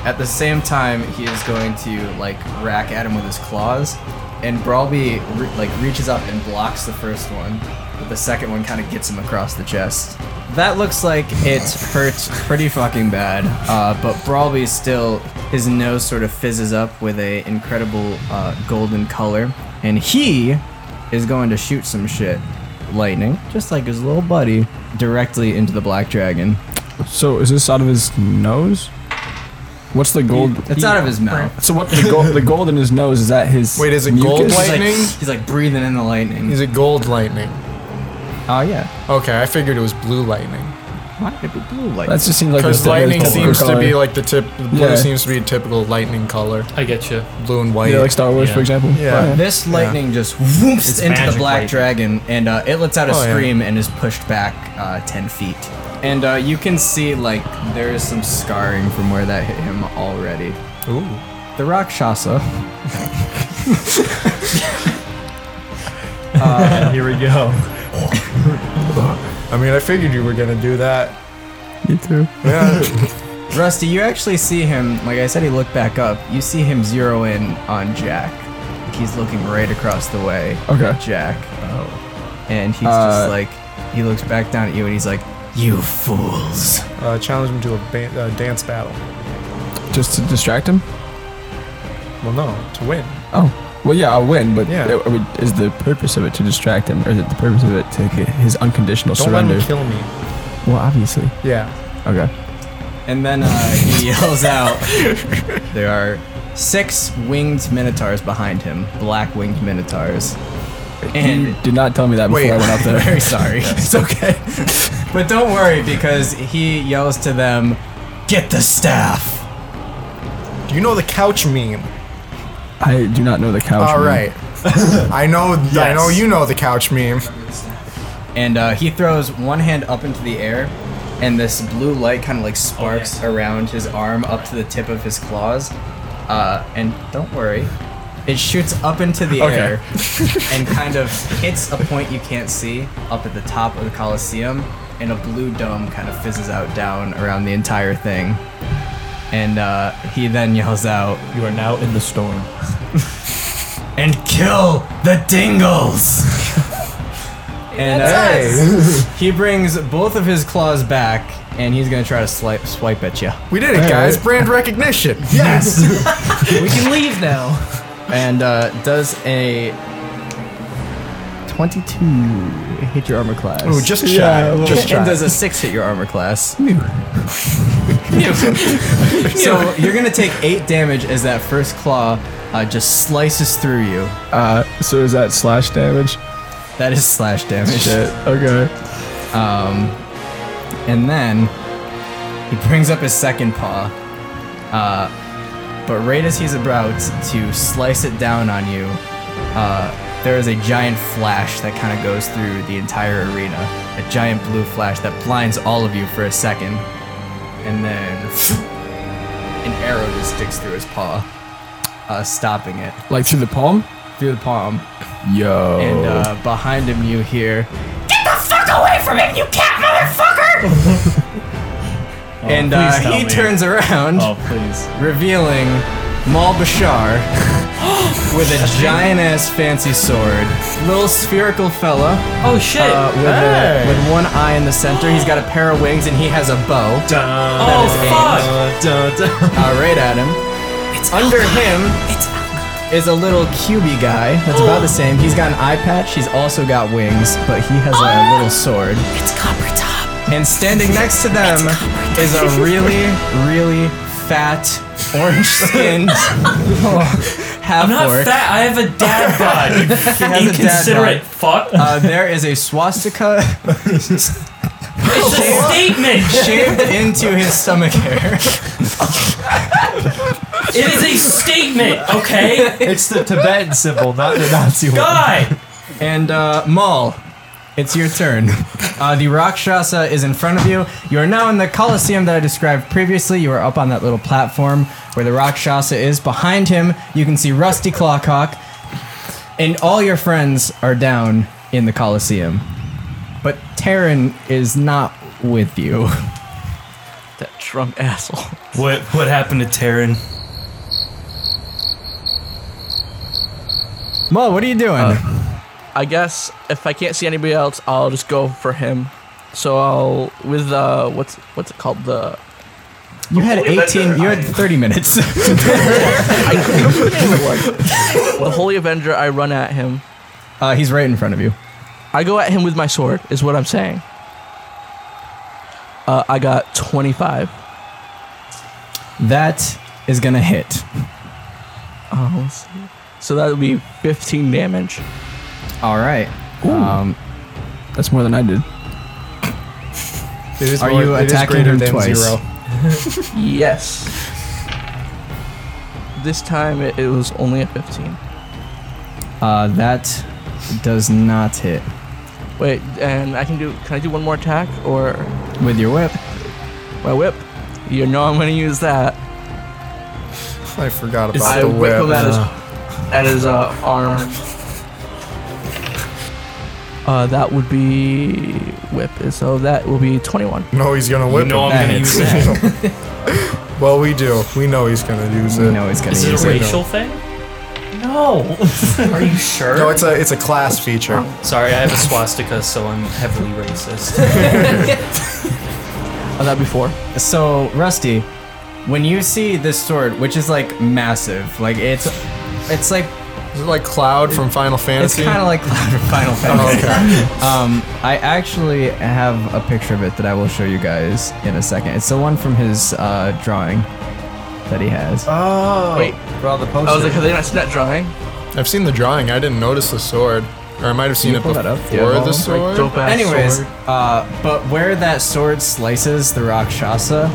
S2: At the same time, he is going to like rack at him with his claws, and Brawlby re- like reaches up and blocks the first one, but the second one kind of gets him across the chest. That looks like it hurts pretty fucking bad, uh, but Brawlby still his nose sort of fizzes up with a incredible uh, golden color, and he is going to shoot some shit, lightning, just like his little buddy, directly into the black dragon.
S3: So is this out of his nose? What's the gold?
S2: It's out of his mouth.
S3: So what? The gold, the gold in his nose is that his?
S7: Wait, is it
S3: mucus?
S7: gold
S2: He's like,
S7: lightning?
S2: he's like breathing in the lightning.
S7: Is it gold lightning?
S3: Ah,
S2: Oh yeah.
S7: Okay, I figured it was blue lightning.
S2: Why did it be blue lightning?
S3: That just seems like
S7: Because
S3: the-
S7: lightning
S3: the
S7: seems to
S3: color.
S7: be like the tip. Blue
S3: Yeah.
S7: seems to be a typical lightning color.
S4: <laughs> I get you.
S7: Blue and white.
S3: Yeah, like Star Wars, for example.
S7: Yeah.
S2: But this lightning just whoops
S4: It's
S2: into the
S4: magic
S2: black
S4: lightning.
S2: dragon, and uh, it lets out a
S7: Oh, yeah.
S2: scream and is pushed back uh, ten feet. And uh, you can see like there is some scarring from where that hit him already.
S7: Ooh.
S2: The Rakshasa. Uh,
S6: Here we go.
S7: I mean, I figured you were gonna
S3: <laughs>
S7: do that.
S3: Me too.
S7: Yeah.
S2: Rusty, you actually see him. Like I said, he looked back up. You see him zero in on Jack. Like, he's looking right across the way.
S3: Okay.
S2: at Jack. Oh. And he's
S3: Uh,
S2: just like, he looks back down at you and he's like, "You fools."
S7: uh, challenge him to a ban- uh, dance battle.
S3: Just to distract him.
S7: Well, no, to win.
S3: Oh. Well, yeah, I'll win, but
S7: Yeah.
S3: it- I mean, is the purpose of it to distract him, or is it the purpose of it to get his unconditional
S7: Don't
S3: surrender?
S7: let him kill me.
S3: well, obviously.
S7: Yeah.
S3: Okay.
S2: And then uh, <laughs> he yells out, There are six winged minotaurs behind him, black winged minotaurs. And
S3: you did not tell me that before
S2: Wait,
S3: I went up <laughs>
S7: <laughs>
S3: there.
S2: very sorry. It's okay. but don't worry because he yells to them, Get the staff!
S7: Do you know the couch meme?
S3: I do not know the couch.
S7: All
S3: man.
S7: right. I know. I know you know the couch meme.
S2: And uh, he throws one hand up into the air, and this blue light kind of like sparks around his arm up to the tip of his claws. Uh, and don't worry, it shoots up into the
S3: Okay.
S2: air and kind of hits a point you can't see up at the top of the Coliseum, and a blue dome kind of fizzes out down around the entire thing. And uh, he then yells out,
S9: You are now in the storm.
S2: and kill the
S8: <laughs>
S2: dingles. and uh, he brings both of his claws back, and he's gonna try to swipe, swipe at you.
S7: We did it, guys. Brand recognition. Yes.
S8: we can leave now.
S2: <laughs> And uh, does a twenty-two hit your armor class?
S7: Ooh, just shy.
S3: Uh,
S7: just shy.
S2: and does a six hit your armor
S7: <laughs>
S2: class? so you're gonna take eight damage as that first claw uh, just slices through you.
S3: Uh, so is that slash damage?
S2: That is slash damage.
S3: Shit. Okay.
S2: Um, and then he brings up his second paw. Uh, but right as he's about to slice it down on you, uh, there is a giant flash that kind of goes through the entire arena. A giant blue flash that blinds all of you for a second. And then <laughs> an arrow just sticks through his paw, uh, stopping it.
S3: Like through the palm?
S2: through the palm.
S3: Yo.
S2: And uh, behind him, you hear.
S10: Get the fuck away from it, you cat motherfucker! <laughs>
S2: <laughs> and
S10: Oh, please
S2: uh,
S10: tell
S2: he
S10: me.
S2: turns around.
S10: Oh,
S9: please.
S2: Revealing Mal
S10: <gasps>
S2: Bashar with a giant ass fancy sword. Little spherical fella.
S4: Oh, shit.
S2: Uh, with, a-
S4: Hey.
S2: with one eye in the center. He's got a pair of wings and he has a bow.
S10: <laughs>
S4: Oh,
S2: fuck. Uh, right at him. Under him is a little cubey guy that's about the same. He's got an eye patch. He's also got wings, but he has
S10: Oh.
S2: a little sword. It's copper top. And standing next to them is a really, really fat, orange-skinned half
S4: I'm not fat. I have a
S5: <laughs>
S4: dad bod. You fucking inconsiderate fuck.
S2: Uh, there is a swastika <laughs>
S4: It's a statement.
S2: shaved into his stomach hair.
S4: It is
S5: <laughs>
S4: a statement, okay?
S6: It's the Tibetan symbol, not the Nazi one.
S4: Die!
S2: And uh, Maul, it's your turn. Uh, the Rakshasa is in front of you. You are now in the Colosseum that I described previously. You are up on that little platform where the Rakshasa is. Behind him, you can see Rusty Clockhawk. And all your friends are down in the Colosseum. But Terran is not with you.
S5: That drunk asshole.
S4: What what happened to Taryn?
S2: Maul, what are you doing?
S5: I guess if I can't see anybody else, I'll just go for him. So I'll with uh what's what's it called the
S2: You had 18, you had 30 minutes. <laughs>
S5: the Holy Avenger. I run at him.
S2: Uh, he's right in front of you.
S5: I go at him with my sword. Is what I'm saying. Uh, I got 25.
S2: That is gonna hit.
S5: Oh, let's see. so that would be 15 damage.
S2: All right. Um,
S3: That's more than I did.
S2: It is Are more- you it is attacking greater him than twice? zero.
S5: yes. This time it, it was only a 15.
S2: Uh, that does not hit.
S5: Wait, and I can do. Can I do one more attack or
S2: With your whip.
S5: my whip? You know I'm gonna use that.
S7: I forgot about
S5: I
S7: the whip.
S5: whip him at his,
S7: Uh.
S5: at his uh, arm. Uh, that would be whip. So that will be 21.
S7: No, he's gonna whip.
S5: know
S7: him.
S5: I'm gonna use
S7: well, we do. We know he's gonna use it.
S2: No, he's
S7: gonna
S4: Is it a racial thing? No. <laughs> Are you sure?
S7: No, it's a it's a class feature.
S4: Sorry, I have a swastika, so I'm heavily racist. <laughs>
S5: Oh, that before.
S2: So, Rusty, when you see this sword, which is like massive, like it's, it's like,
S7: Is it like Cloud from Final Fantasy?
S2: it's kind of like <laughs> Cloud from Final
S7: Oh,
S2: Fantasy. um, I actually have a picture of it that I will show you guys in a second. It's the one from his uh, drawing that he has.
S6: Oh.
S5: Wait.
S6: Bro, the poster.
S5: I was like, are they not, not drawing?
S7: I've seen the drawing. I didn't notice the sword, or I might have seen
S2: Can you
S7: it
S2: pull
S7: before
S2: that up?
S7: the sword.
S2: Anyways, uh, but where that sword slices the Rakshasa,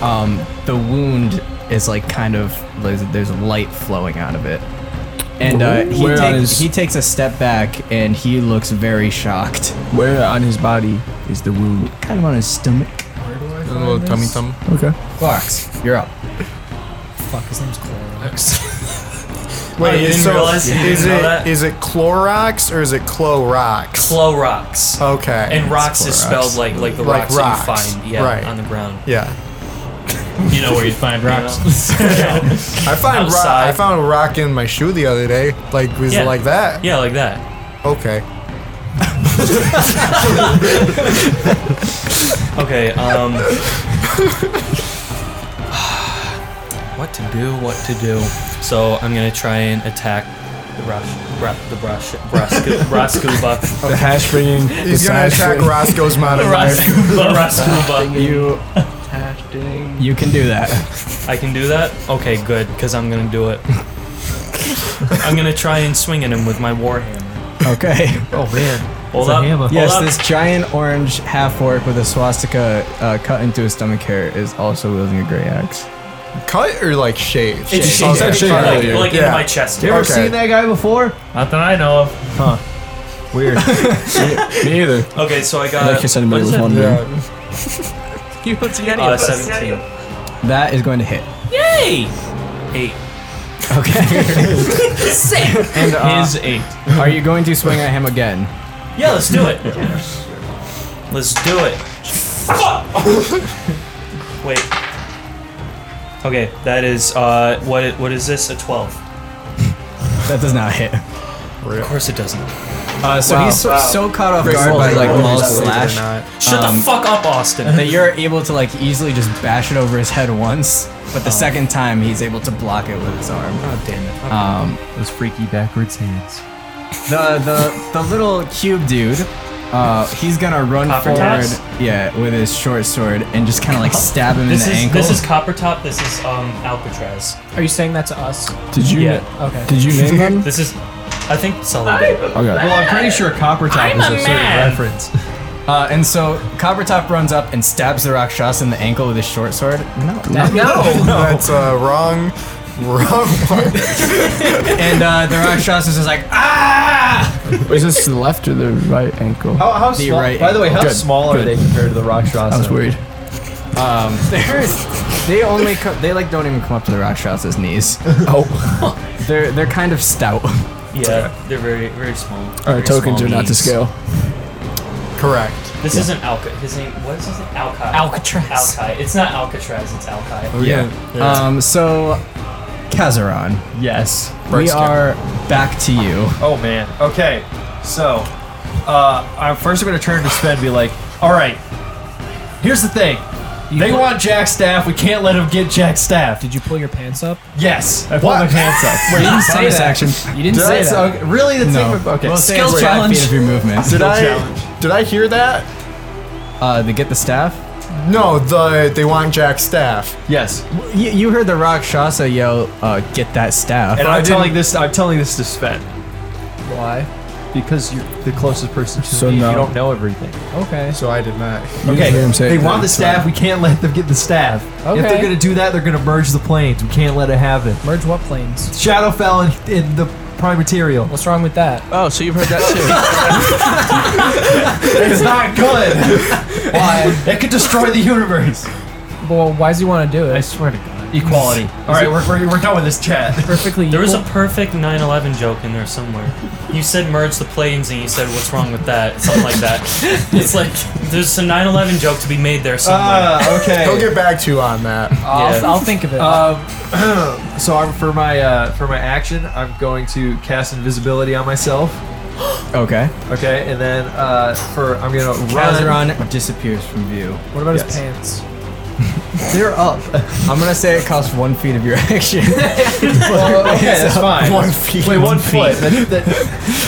S2: um, the wound is like kind of there's, there's light flowing out of it, and uh, he,
S3: Where on
S2: take-
S3: his-
S2: he takes a step back and he looks very shocked.
S3: Where on his body is the wound?
S2: Kind of on his stomach.
S7: a little tummy tum.
S3: Okay.
S2: Clocks, you're up.
S8: Fuck, his name's Clorox.
S7: <laughs> Wait,
S4: I didn't
S7: so
S4: realize you
S7: is
S4: didn't know
S7: it
S4: that.
S7: is it Clorox or is it Clorox?
S4: Clorox.
S7: Okay.
S4: And Oh, rocks is spelled like like the rocks, that you find yeah,
S7: right.
S4: on the ground.
S7: Yeah.
S4: You know where you find rocks.
S7: I found rock,
S4: Outside.
S7: I found a rock in my shoe the other day. Like was
S4: Yeah.
S7: it like that?
S4: Yeah, like that.
S7: Okay.
S4: Okay, <laughs> um <sighs> What to do, what to do. So I'm gonna try and attack the brush bra, the brush <laughs> brasku, braskuba.
S3: The hash bringing.
S7: He's gonna attack <laughs> Roscoe's modern life.
S4: <laughs> braskuba.
S2: You you can do that.
S4: I can do that? Okay, good, because I'm gonna do <laughs> it. I'm gonna try and swing at him with my war hammer.
S2: Okay.
S6: Oh man.
S4: Hold
S6: It's a
S4: up.
S6: hammer.
S4: Hold
S2: Yes,
S4: up.
S2: this giant orange half orc with a swastika uh, cut into his stomach hair is also wielding a gray axe.
S7: Cut or like shaved?
S4: It's
S7: Oh,
S4: shaped
S7: that's shaved.
S4: like,
S7: Yeah.
S4: like into my chest.
S6: You ever
S7: Okay.
S6: seen that guy before?
S9: Not that I know of.
S6: Huh. Weird.
S3: Me either.
S4: Okay, so I
S3: I
S4: got
S3: guess anybody
S4: what is
S3: was
S4: that?
S3: wondering.
S5: You don't see any
S4: uh,
S5: of us.
S4: 17.
S2: That is going to hit.
S4: Yay! Eight.
S2: Okay.
S10: Sick.
S2: and uh,
S9: His eight.
S2: Are you going to swing at him again?
S4: Yeah, let's do it. Let's do it. Wait. Okay, that is uh, what? What is this? A twelve?
S2: That does not
S4: <laughs>
S2: hit.
S4: Of course it doesn't.
S2: Uh, so he's so, so caught off
S4: Great
S2: guard
S4: ball,
S2: by
S4: great
S2: like
S4: ball.
S2: Maul's
S4: Believe it or
S2: slash.
S4: not. Shut
S6: Um,
S4: the fuck up, Austin.
S6: <laughs>
S2: That you're able to like easily just bash it over his head once, but the second time he's able to block it with his arm.
S4: Oh damn it!
S2: Um,
S6: Those freaky backwards hands.
S2: the the the little cube dude. Uh, he's gonna run
S4: Copper
S2: forward,
S4: taps?
S2: yeah, with his short sword and just kind of like stab him
S4: this
S2: in the
S4: is
S2: ankle.
S4: this is Copper Top. This is um Alcatraz.
S8: Are you saying that to us?
S3: Did you?
S4: Yeah.
S8: Okay.
S3: Did you
S7: <laughs>
S3: name them?
S4: This is, I think Sully did.
S3: Okay.
S6: Well, I'm pretty sure Copper Top
S4: I'm
S6: is
S4: a
S6: a certain
S4: man.
S6: reference.
S2: uh, and so Coppertop runs up and stabs the Rakshas in the ankle with his short sword. Oh, No. <laughs>
S7: That's uh, wrong. Wrong.
S2: And uh, the Rakshas is just like, ah!
S3: Is this the left or the right ankle?
S6: How, how
S2: The
S6: small?
S2: right
S6: by the way, how
S3: Good,
S6: small are
S3: good.
S6: they compared to the Rakshasa?
S3: That was weird.
S2: Um, <laughs> they're- they only come, they like don't even come up to the Rakshas's <laughs> knees.
S3: Oh.
S2: They're they're kind of stout.
S4: Yeah, they're very very small.
S3: Our
S4: Very
S3: tokens
S4: small
S3: are not to
S4: beings.
S3: scale.
S7: Correct.
S4: This isn't Alca. His name. What is his name? Alki.
S8: Alcatraz.
S4: Alki. It's not Alcatraz. It's Alki.
S2: Yeah. Um. So, Kazaron,
S6: Yes.
S2: we
S7: Breaks down.
S2: are back to you.
S6: Oh man. Okay. So, uh, I'm first I'm gonna turn to Sven and be like, all right. Here's the thing. they
S8: put-
S6: want Jack Staff. We can't let him get Jack Staff.
S8: Did you pull your pants up?
S6: Yes. I pulled my pants <laughs> up.
S2: didn't say that. Action.
S8: You didn't say
S6: That's
S8: that.
S6: okay. Really? That's
S2: No.
S6: Okay.
S2: We'll say it's five
S4: challenge.
S2: feet of your movement.
S7: Did I?
S6: challenge.
S7: Did I hear that?
S2: Um, Uh, to get the staff.
S7: No. The they want Jack's staff.
S6: yes.
S2: You, you heard the Rakshasa yell, uh, "Get that staff."
S6: And
S7: I
S6: I'm
S7: didn't-
S6: telling this. I'm telling this to Sven
S8: Why?
S6: because you're the closest person to
S3: So
S6: me.
S3: no.
S6: You don't know everything.
S8: Okay.
S7: So I did not.
S6: Okay,
S3: hear him say
S6: they
S3: it
S6: want the
S3: that
S6: staff. We can't let them get the staff. If
S8: Okay.
S6: they're gonna do that, they're gonna merge the planes. We can't let it happen.
S8: Merge what planes?
S6: Shadowfell and, and the prime material.
S8: What's wrong with that?
S5: Oh, so you've heard that too.
S6: It's not good. <laughs> Why? <laughs> It could destroy the universe.
S8: Well, why does he want to do it?
S6: swear to God. Equality. All right, we're, we're, we're done with this chat.
S8: Perfectly.
S4: There was a
S8: equal.
S4: perfect 9/11 joke in there somewhere. You said merge the planes, and you said what's wrong with that, something like <laughs> that. It's like there's a 9/11 joke to be made there somewhere.
S6: Uh, <laughs>
S7: He'll
S6: okay.
S7: get back to you
S2: <laughs>
S7: on that.
S8: I'll,
S4: Yeah.
S8: I'll think of it.
S6: Um, so I'm, for my uh, for my action, I'm going to cast invisibility on myself.
S2: Okay.
S6: Okay, and then uh, for I'm gonna run.
S2: Kazaron disappears from view.
S8: what about
S6: yes.
S8: his pants?
S2: They're up. I'm gonna say it costs one feet of your <laughs> action.
S6: Well, okay, <laughs> that's fine.
S7: One feet.
S6: Wait, one foot. That, that, <laughs>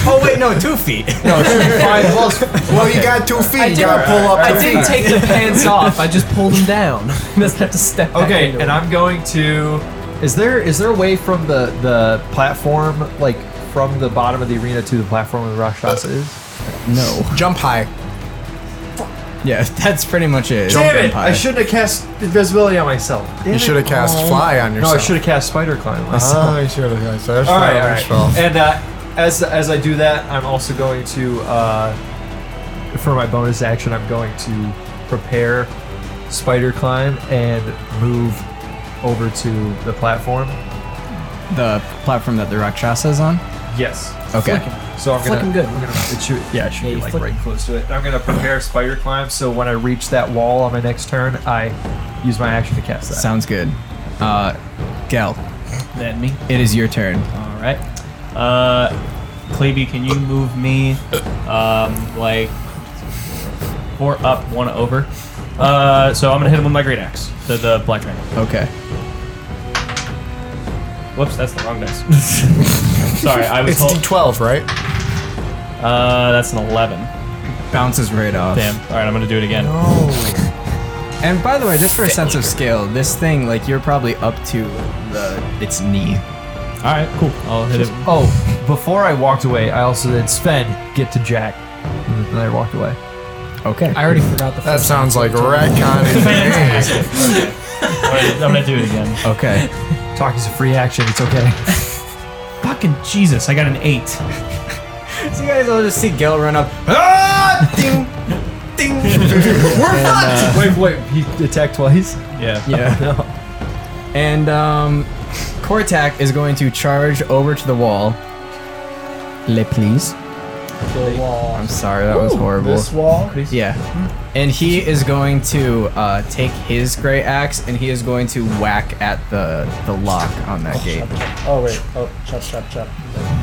S2: oh wait, no, two feet.
S6: no, five <laughs> plus
S7: Well, you got two feet. You gotta pull up.
S8: I
S7: the
S8: didn't
S7: feet.
S8: take the pants off. I just pulled them
S6: <laughs>
S8: down. He doesn't have to step back
S6: Okay,
S8: into
S6: and
S8: it.
S6: I'm going to. Is there is there a way from the the platform like from the bottom of the arena to the platform where the Rakshasa is?
S2: No.
S7: Jump high.
S2: Yeah, <laughs> that's pretty much it. Jump
S6: I
S2: Empire.
S6: shouldn't have cast invisibility on myself. Damn
S7: You
S6: it. Oh.
S7: should have cast fly on
S6: No,
S7: yourself.
S6: I should have cast spider climb. myself.
S7: Oh, you should have. So that's
S6: all
S7: not
S6: right, all
S7: your
S6: right.
S7: fault.
S6: And uh, as as I do that, I'm also going to uh, for my bonus action, I'm going to prepare spider climb and move over to the platform.
S2: <laughs> The platform that the Rakshasa is on.
S6: Yes.
S2: Okay.
S6: So I'm
S8: Flicking
S6: gonna,
S8: good.
S6: I'm gonna it should, yeah, it should
S8: Yeah,
S6: be
S8: you
S6: like
S8: flick-
S6: right close to it. And I'm gonna prepare spider climb. So when I reach that wall on my next turn, I use my action to cast that.
S2: Sounds good. Uh, Gal,
S9: Then me.
S2: it is your turn.
S9: All right. Uh, Cleby, can you move me, um, like four up, one over? Uh, so I'm gonna hit him with my great axe, the the black dragon.
S2: Okay.
S9: Whoops, that's the wrong dice. Sorry, I was.
S7: It's
S9: told.
S7: D12, right?
S9: uh, that's an eleven.
S2: Bounces right off.
S9: Damn. All right, I'm gonna do it again.
S2: And by the way, just for a sense of scale, this thing, like, you're probably up to the its knee.
S9: All right, cool. I'll hit it.
S6: Oh, before I walked away, I also did Sven get to Jack, and then I walked away.
S2: Okay.
S8: I already forgot the.
S7: That
S8: First
S7: sounds
S2: <laughs>
S7: like retconning.
S9: All right, I'm gonna do it again.
S2: Okay.
S6: Talk is a free action. It's okay.
S9: Fucking Jesus! I got an eight.
S2: so you guys all just see Gal run up.
S6: <laughs>
S2: Ah!
S6: wait, wait. He attacked twice.
S9: Yeah.
S6: <laughs>
S2: Yeah.
S6: No.
S2: And um, Kortak is going to charge over to the wall. Le please.
S8: The wall.
S2: I'm sorry, that was horrible.
S7: This wall.
S2: Yeah. And he is going to uh, take his gray axe and he is going to whack at the, the lock on that gate.
S8: Oh wait. Oh, chop, chop, chop.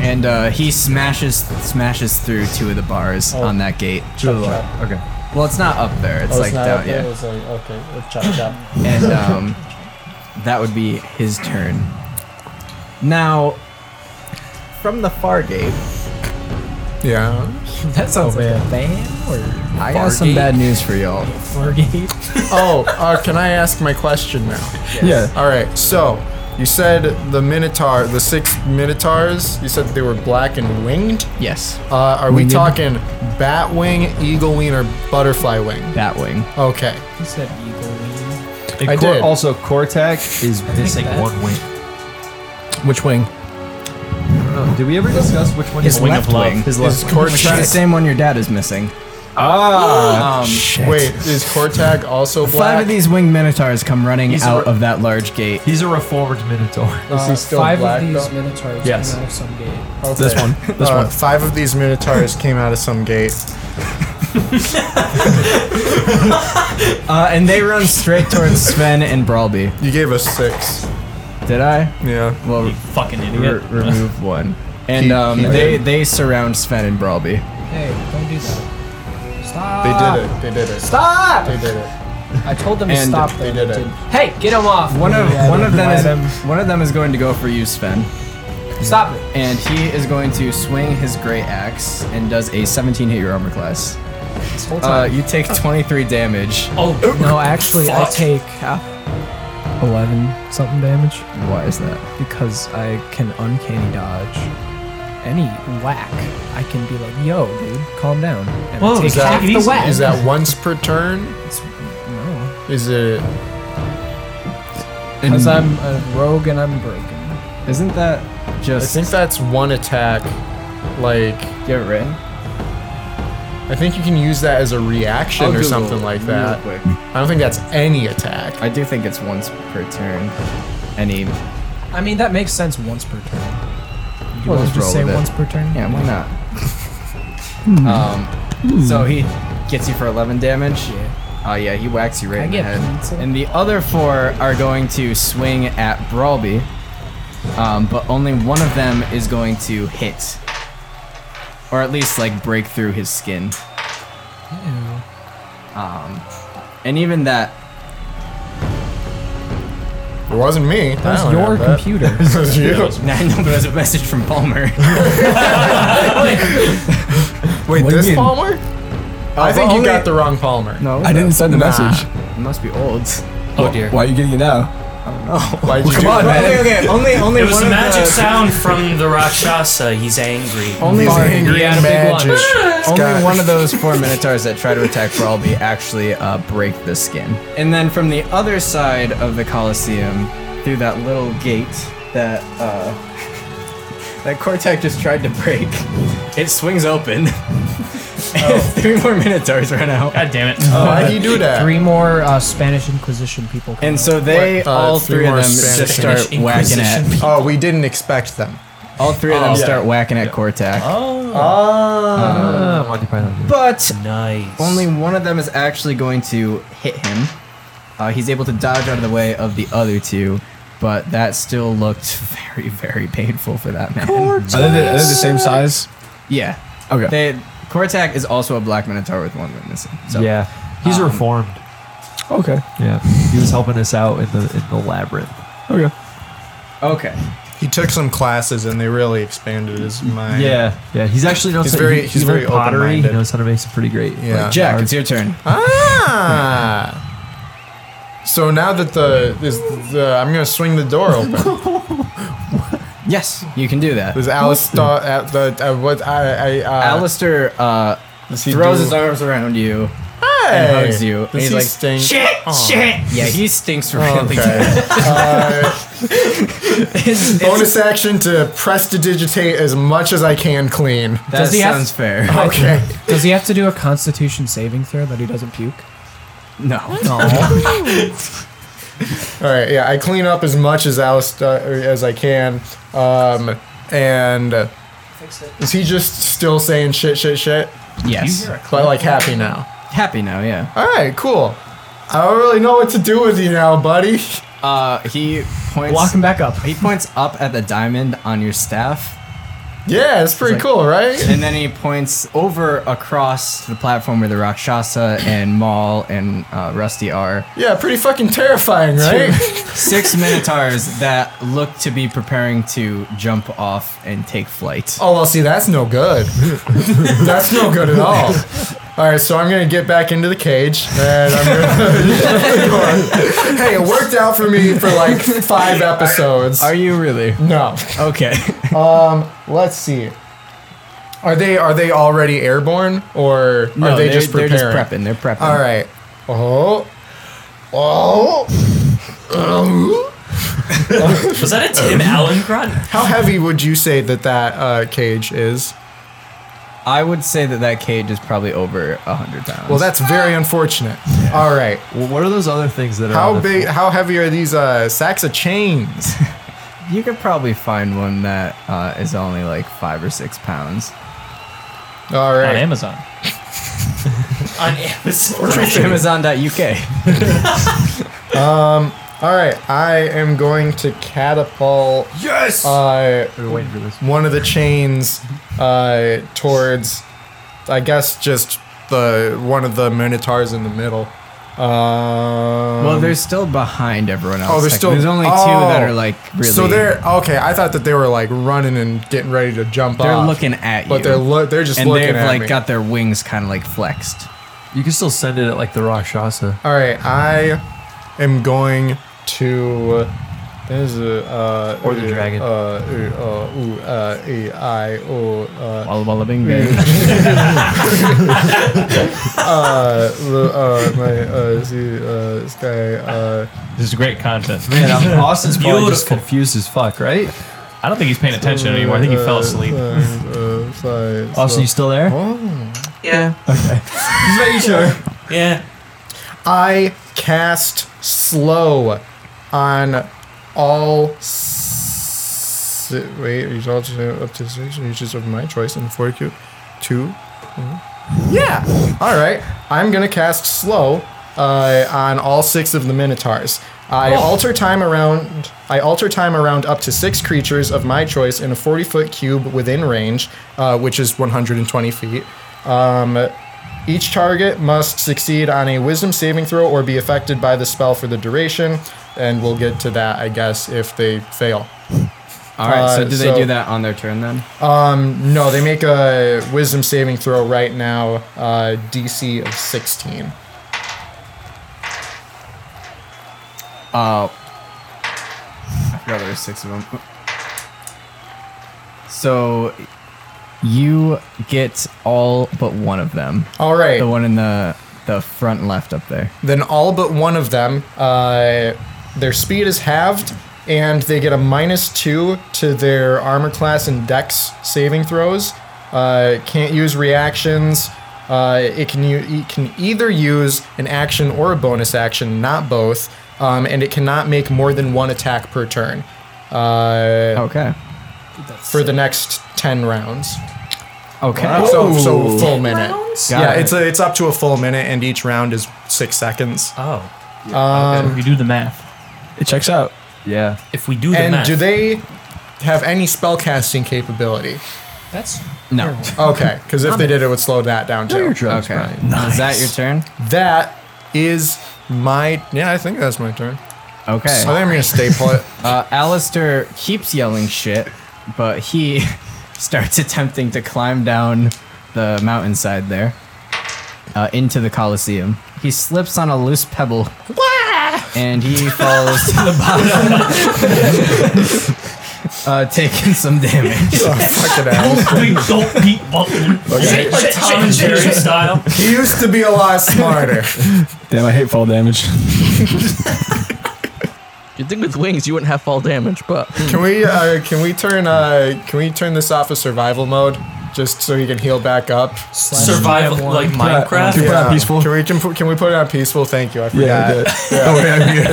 S2: And uh, he smashes smashes through two of the bars
S8: Oh.
S2: on that gate.
S8: Chop, chop.
S6: Okay.
S2: Well, it's not up there. It's
S8: Oh,
S2: like
S8: it's not
S2: down.
S8: up there,
S2: Yeah.
S8: it's like- okay. oh, Chop, chop.
S2: And um, that would be his turn. Now, from the far gate,
S7: Yeah.
S2: that sounds like a bad word. I got some bad news for y'all.
S7: Oh, uh, can I ask my question now?
S3: Yeah.
S7: All right. So you said the minotaur, the six minotaurs. You said they were black and winged.
S2: Yes,
S7: Uh, are we talking bat wing, eagle wing, or butterfly wing?
S2: that wing.
S7: Okay.
S8: He said eagle wing.
S6: And
S7: I
S6: Cor-
S7: did.
S6: Also, Cortac is missing
S8: that-
S6: one wing.
S7: Which wing?
S6: Oh, did we ever discuss which one
S2: His
S6: is wing?
S2: left wing.
S6: His
S7: Is
S6: left.
S2: Which is the
S7: Cortac?
S2: same one your dad is missing.
S6: Ah,
S2: Um,
S7: Wait, is Cortac also
S2: Five
S7: black?
S2: of these winged minotaurs come running
S6: He's
S2: out
S6: a-
S2: of that large gate.
S6: he's a reformed minotaur.
S7: Is he still
S8: Five
S7: black,
S8: of these
S7: though?
S8: minotaurs
S6: Yes.
S8: came out of some gate.
S7: Okay.
S3: This one. This
S7: Uh,
S3: one.
S7: Five of these minotaurs came out of some gate.
S2: Uh, and they run straight
S7: <laughs>
S2: towards Sven and Brawlby.
S7: You gave us six.
S2: Did I?
S7: Yeah.
S2: Well,
S9: Fucking
S2: re-
S9: idiot.
S2: remove one. And
S7: Keep-
S2: um,
S7: keep
S2: they,
S7: it.
S2: they surround Sven and Brawlby.
S8: Hey, don't do that. Stop.
S7: They did it. They did it.
S8: Stop!
S7: They did it.
S8: I told them to
S2: And
S8: stop.
S7: they
S8: them.
S7: did it.
S8: Didn't. Hey, get him off.
S2: One of
S8: Yeah,
S2: one of them
S8: let
S2: is
S8: him-
S2: one of them is going to go for you, Sven,
S8: Stop it.
S2: and he is going to swing his great axe and does a 17 hit your armor class.
S8: This whole
S2: Uh,
S8: time.
S2: you take 23 damage.
S9: Oh,
S8: no, actually, I take
S5: Half.
S8: eleven something damage
S2: Why is that?
S8: because I can uncanny dodge any whack. I can be like, "Yo, dude, calm down." And I
S9: Whoa,
S8: take
S9: is that- take
S8: half
S9: Oh, it
S8: the
S9: easy.
S8: whack.
S7: Is that once per turn?
S8: no?
S7: Is it?
S8: Because I'm a rogue and I'm broken.
S2: Isn't that
S7: I
S2: just
S7: think that's one attack. Like,
S2: get written
S7: I think you can use that as a reaction
S2: I'll
S7: or
S2: Google
S7: something like
S2: real
S7: that.
S2: quick.
S7: I don't think that's any attack.
S2: I do think it's once per turn. Any, yeah,
S8: I mean, that makes sense once per turn. You
S2: Well,
S8: well,
S2: just roll
S8: just say
S2: with it.
S8: once per turn.
S2: why not? um, so he gets you for 11 damage.
S8: Yeah.
S2: Oh yeah, he whacks you right
S8: I
S2: in the
S8: get
S2: head.
S8: pizza.
S2: And the other four are going to swing at Brawlby, um, but only one of them is going to hit, or at least like break through his skin. Um, and even that <laughs>
S7: It wasn't me.
S8: That was your
S7: <laughs>
S8: computer.
S3: <laughs>
S7: It was you.
S2: I know, but it was a message from Palmer.
S3: Wait,
S7: Wait, this
S3: mean?
S7: Palmer? I think you
S3: only-
S7: got the wrong Palmer.
S2: no,
S3: I didn't send the
S2: Nah,
S3: message.
S2: It must be old.
S4: Oh dear.
S3: Why are you getting it now?
S7: Why'd you do
S3: Come on,
S7: that?
S3: man.
S2: okay. Only, only
S4: It was
S2: one
S4: the
S2: of
S4: magic
S2: the-
S4: sound from the Rakshasa. He's angry.
S7: Oh.
S2: Only,
S7: Angry
S8: had a big
S7: <laughs> magic.
S2: only
S7: Scott.
S2: one of those four minotaurs that try to attack Brawlby actually uh, break the skin. And then from the other side of the Colosseum, through that little gate that uh, <laughs> that Cortec just tried to break, it swings open. <laughs>
S7: Oh.
S2: And Three more minotaurs run out.
S9: god damn it.
S3: Uh,
S7: Why'd you do that?
S8: Three more uh, Spanish Inquisition people. Come
S2: And so they,
S7: What, uh,
S2: all
S7: three
S2: three, of
S7: more
S2: them,
S7: Spanish
S2: just start
S4: Spanish
S2: whacking
S4: Inquisition
S2: at.
S7: Oh, we didn't expect them.
S2: All three of them
S7: Oh.
S2: start whacking at Cortac.
S6: Uh, Monty
S7: Ah.
S6: Python.
S2: But
S4: Nice.
S2: Only one of them is actually going to hit him. Uh, he's able to dodge out of the way of the other two, but that still looked <laughs> very, very painful for that man.
S7: Mm-hmm.
S3: Are they, the, are they the same size?
S2: Yeah.
S3: Okay.
S2: They, Kortak is also a black minotaur with one wing missing. So.
S6: yeah, Um, he's reformed.
S3: Okay.
S6: Yeah, he was helping us out in the in the labyrinth.
S3: Okay.
S2: Okay.
S7: He took some classes and they really expanded his mind.
S6: Yeah, yeah. He's actually knows
S7: He's
S6: how-
S7: very-
S6: he- he
S7: he's very
S6: learned pottery. He
S7: open-minded.
S6: knows how to make some pretty great.
S7: Yeah.
S6: like,
S2: Jack,
S6: art.
S2: it's your turn.
S7: Ah. So now that the is the I'm gonna swing the
S3: <laughs>
S7: door open.
S2: Yes, you can do that.
S7: Is Alistair at the uh, what I I uh,
S2: Alistair uh,
S7: he
S2: throws
S7: do-
S2: his arms around you.
S7: hey,
S2: hugs you, and
S7: Does
S2: he's
S7: he
S2: like,
S7: sting?
S10: Shit, shit.
S2: Yeah, he stinks <laughs> really.
S7: Okay. uh,
S2: It's- it's-
S7: bonus action to prestidigitate as much as I can clean.
S2: that
S8: Does he have-
S2: sounds fair.
S7: Okay.
S8: on. Does he have to do a Constitution saving throw that he doesn't puke?
S2: No.
S8: No.
S7: Uh, All right, yeah, I clean up as much as I was, uh, as I can. Um, and uh,
S4: Fix it.
S7: is he just still saying shit, shit, shit?
S2: Yes.
S7: But like happy now.
S2: Happy now, yeah.
S7: All right, cool. I don't really know what to do with you now, buddy. <laughs>
S2: Uh, he points.
S8: Walk him back up.
S2: He points up at the diamond on your staff,
S7: Yeah, it's pretty
S2: It's like-
S7: cool, right?
S2: and then he points over across the platform where the Rakshasa and Maul and uh, Rusty are.
S7: Yeah, pretty fucking
S2: <laughs>
S7: terrifying, right?
S2: Six Minotaurs that look to be preparing to jump off and take flight.
S7: Oh well, see, that's no good. <laughs> that's no good at all. All right, so I'm gonna get back into the cage, and I'm gonna. <laughs> hey, it worked out for me for like five episodes.
S2: Are you really?
S7: no,
S2: <laughs> Okay.
S7: let's see. Are they are they already airborne or are they
S2: they're-
S7: just preparing?
S2: They're just prepping. They're prepping.
S7: All right. Oh, oh. Um,
S4: Was that a
S7: <laughs>
S4: Tim Allen grunt?
S7: How heavy would you say that that uh, cage is?
S2: I would say that that cage is probably over hundred pounds.
S7: Well, that's very unfortunate. All right.
S6: Well, what are those other things that are? on
S7: How
S6: the
S7: big?
S6: floor?
S7: How heavy are these uh, sacks of chains?
S2: you could probably find one that uh, is only like five or six pounds.
S7: All
S9: on
S7: right.
S9: Amazon.
S4: On Amazon.
S2: Amazon.uk.
S7: All right. I am going to catapult
S6: Yes.
S7: uh,
S6: we waiting for this.
S7: one of the chains uh, towards, I guess, just the one of the minotaurs in the middle. Um,
S2: well, they're still behind everyone else.
S7: Oh, there's
S2: Like,
S7: still
S2: there's only two
S7: oh.
S2: that are like really.
S7: So they're okay. I thought that they were like running and getting ready to jump
S2: they're
S7: off,
S2: looking at
S7: but
S2: you.
S7: they're look they're just
S2: and
S7: looking
S2: they've
S7: at
S2: like
S7: me.
S2: got their wings kind of like flexed.
S6: You can still send it at like the Rakshasa.
S7: All right, I am going to. There's a uh,
S6: Or the
S7: uh,
S6: dragon.
S7: Uh, uh, uh, ooh, uh, eh, I, oh, uh,
S2: Walla Walla Bing Bang.
S7: <laughs> uh, l- uh, my uh, see, uh, sky. Uh,
S9: This is great content.
S6: Man, I'm- Austin's probably just
S4: Beautiful.
S6: confused as fuck, right?
S9: I don't think he's paying attention anymore. I think he fell asleep.
S7: Uh, uh, sorry,
S6: Austin, you
S7: so-
S6: still there?
S7: Oh.
S5: Yeah.
S4: Yeah.
S7: I cast slow on all. S- wait, results in up to six uses of my choice in 4Q. 2 Mhm. Yeah! Alright, I'm gonna cast slow uh, on all six of the Minotaurs. I alter time around. I alter time around up to six creatures of my choice in a 40-foot cube within range, uh, which is 120 feet. Um, each target must succeed on a wisdom saving throw or be affected by the spell for the duration. And we'll get to that, I guess, if they fail.
S2: All right. so
S7: Uh,
S2: do
S7: so- Um,
S2: they do that on their turn then?
S7: No, they make a wisdom saving throw right now, uh, DC of 16.
S2: Uh, I forgot there were six of them. So you get all but one of them.
S7: All right.
S2: The one in the the front left up there.
S7: then all but one of them, uh, their speed is halved, and they get a minus two to their armor class and dex saving throws. Uh, can't use reactions. Uh, it can u- it can either use an action or a bonus action, not both, um, and it cannot make more than one attack per turn uh,
S2: Okay.
S7: for the next ten rounds.
S2: Okay.
S7: So, so full minute.
S2: Got
S7: yeah,
S2: it.
S7: it's a, it's up to a full minute, and each round is six seconds.
S4: Oh.
S9: you do the math.
S3: It checks out.
S6: Yeah.
S4: If we do the
S7: and
S4: math.
S7: do they have any spellcasting capability?
S4: That's.
S2: no.
S7: Okay, because if they did, it would slow that down too.
S2: Okay. Is that your turn?
S7: That is my. Yeah, I think that's my turn. I
S2: Okay.
S7: think I'm gonna stay put.
S2: Uh, Alistair keeps yelling shit, but he <laughs> starts attempting to climb down the mountainside there uh, into the Colosseum. He slips on a loose pebble and he falls to the bottom, <laughs> uh, taking some damage.
S7: Oh, Fuck
S4: <laughs>
S7: it out.
S9: Big gulp Pete Buckman.
S7: <laughs> Okay.
S4: Like Tom and
S9: <laughs>
S4: Jerry style.
S7: He used to be a lot smarter.
S3: Damn, I hate fall damage.
S5: <laughs>
S3: <laughs>
S5: You'd think with wings you wouldn't
S2: Hmm.
S5: have fall damage, but
S7: Can we? Uh, can we turn? Uh, can we turn this off of survival mode? just so he can heal back up.
S4: Survival like Minecraft.
S3: Can we put on peaceful?
S7: Can we can, put- can we put it on peaceful? Thank you. I forgot.
S3: Yeah, yeah.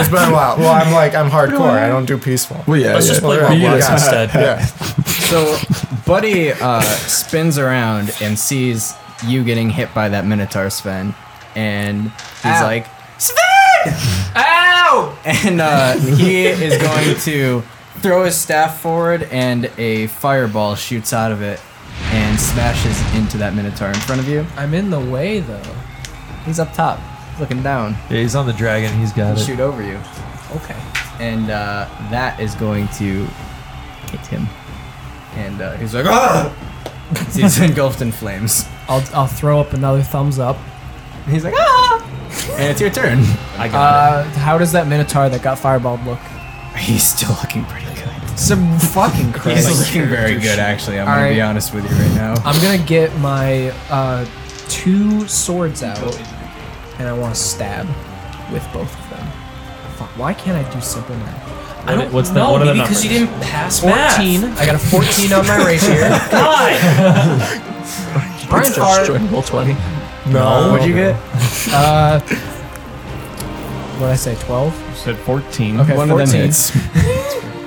S7: It's been a while. Well, I'm like I'm hardcore. I don't do peaceful.
S3: Well, yeah,
S4: Let's
S3: yeah.
S4: just play
S7: Yeah.
S4: Roblox
S7: Yeah.
S4: instead.
S7: <laughs> Yeah.
S2: So, Buddy uh, spins around and sees you getting hit by that Minotaur Sven, and he's like, "Sven, ow!" And uh, he is going to throw his staff forward, and a fireball shoots out of it and smashes into that Minotaur in front of you.
S8: I'm in the way though.
S2: He's up top, looking down,
S6: Yeah, he's on the dragon. He's got it.
S2: shoot over you,
S8: Okay.
S2: and uh, that is going to hit him, and uh, he's like, "Ah!" <laughs> He's engulfed in flames.
S8: I'll, I'll throw up another thumbs up.
S2: He's like, ah! And it's your turn.
S4: I got
S8: Uh, how does that minotaur that got fireballed look?
S2: <laughs> He's still looking pretty good.
S8: Some
S4: <laughs>
S8: fucking
S2: He's
S8: crazy.
S2: looking very good, actually. I'm
S8: All
S2: gonna
S8: right.
S2: be honest with you right now.
S8: I'm gonna get my uh, two swords out, and I want to stab with both of them. Fuck, why can't I do simple math?
S4: it. I don't
S9: what's the-
S4: know,
S9: what are the
S4: maybe because you
S9: numbers?
S4: didn't pass
S8: 14.
S4: math.
S8: I got a 14 on my rapier.
S4: <laughs> God.
S8: Brian's
S5: Just
S8: hard.
S5: join roll twenty.
S7: No.
S2: What'd you get?
S8: Uh, what I say, 12?
S9: You said 14.
S8: Okay,
S2: One
S8: 14.
S2: of them hits.
S8: <laughs>
S2: <laughs>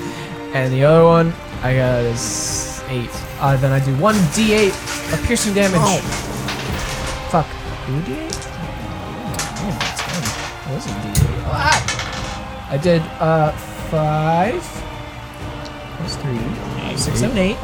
S8: And the other one, I got is 8. Uh, then I do 1d8 of piercing damage.
S2: Oh.
S8: Fuck. 2d8? Damn, that's good. That was a d8. Ah! I did uh, 5. Plus 3. five, six, seven, eight.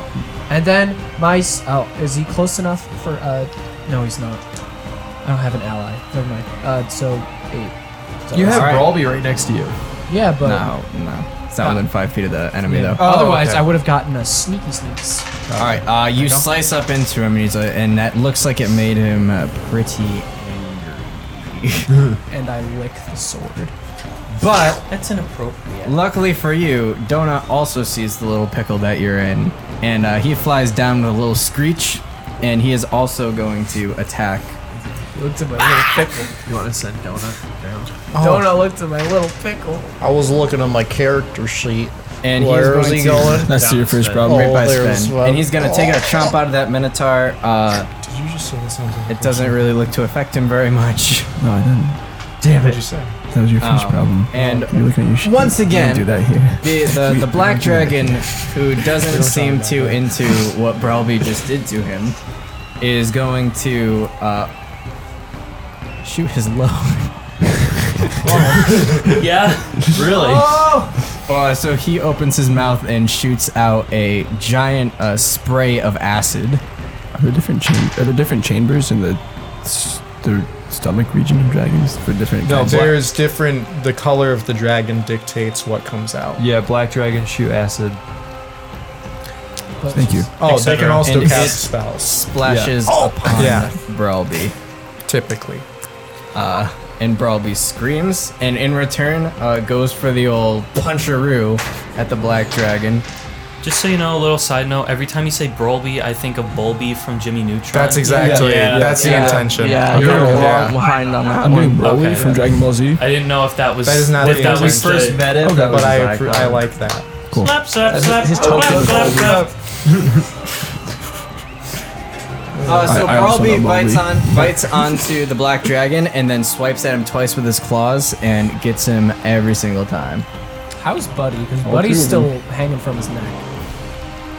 S8: And then my. s- Oh, is he close enough for. uh No, he's not. I don't have an ally. Never mind. Uh, so, 8. So
S6: You have
S8: that's-
S6: Brawlby right next to you.
S8: Yeah, but. Oh,
S2: No, no. It's not within five feet of the enemy, though.
S8: Otherwise,
S2: okay.
S8: I would have gotten a sneaky sneaks.
S2: All right. Uh, you slice up into him, and, he's, uh, and that looks like it made him uh, pretty.
S8: and I lick the sword.
S2: But
S4: That's inappropriate.
S2: luckily for you, Donut also sees the little pickle that you're in, and uh, he flies down with a little screech, and he is also going to attack
S8: Looked at my little pickle.
S6: You want to send Donut down?
S3: Oh.
S8: Donut looked at my little pickle.
S7: I was looking at my character sheet.
S2: And
S7: Where
S2: he's
S7: is
S2: going
S7: he
S2: to- <laughs>
S7: going?
S6: <laughs>
S3: That's your first problem.
S2: Right
S7: Oh,
S2: by
S7: there's
S2: Sven.
S7: one.
S2: And he's gonna take a chomp out of that Minotaur. Uh,
S7: Did you just say that sounds like a
S2: it doesn't really look to affect him very much.
S3: No, I didn't.
S7: Damn What'd you say?
S3: That was your first
S2: Um,
S3: problem.
S2: and
S3: You're looking at your sheet.
S2: once
S3: You
S2: again-
S3: Don't do that here.
S2: The the, the black dragon, who doesn't seem too into what Brawlby just did to him, is going to uh, shoot his <laughs> load.
S4: Yeah.
S9: Really?
S2: Uh, so he opens his mouth and shoots out a giant uh, spray of acid.
S3: Are there different cham- are there different chambers in the s- the stomach region of dragons for different
S7: No,
S3: kinds?
S7: there's different. The color of the dragon dictates what comes out.
S6: Yeah, black dragon shoot acid.
S3: Thank you.
S7: Oh, they can also
S2: And
S7: cast
S2: it-
S7: spells
S2: Splashes upon
S7: Yeah.
S2: Brawlby.
S7: typically.
S2: Uh, and Brawlby screams, and in return, uh, goes for the old puncheroo at the black dragon.
S4: Just so you know, a little side note. Every time you say Brawlby, I think of Bulby from Jimmy Neutron.
S7: That's exactly.
S9: Yeah.
S7: That's the
S5: Yeah.
S7: intention.
S5: Yeah, you're
S7: Yeah.
S5: long
S7: Yeah.
S5: behind on that
S3: I'm doing
S5: one.
S3: Broly
S4: Okay.
S3: from Dragon Ball Z.
S4: I didn't know if that was
S7: That is not
S4: if
S7: the
S4: that was
S7: answer.
S4: first
S6: met him.
S7: But
S2: was
S7: I,
S2: like,
S7: appro-
S2: uh,
S7: I like that.
S4: Slap, slap,
S5: That's
S4: slap,
S5: his
S4: slap,
S5: token.
S4: slap, slap.
S2: Uh, so
S3: I- I also
S2: Brawlby
S3: know
S2: bites on
S7: <laughs>
S3: Brawlby.
S2: bites onto the black dragon, and then swipes at him twice with his claws and gets him every single time.
S8: How's Buddy? Because
S3: two
S8: Buddy's
S3: of
S8: still hanging from his neck.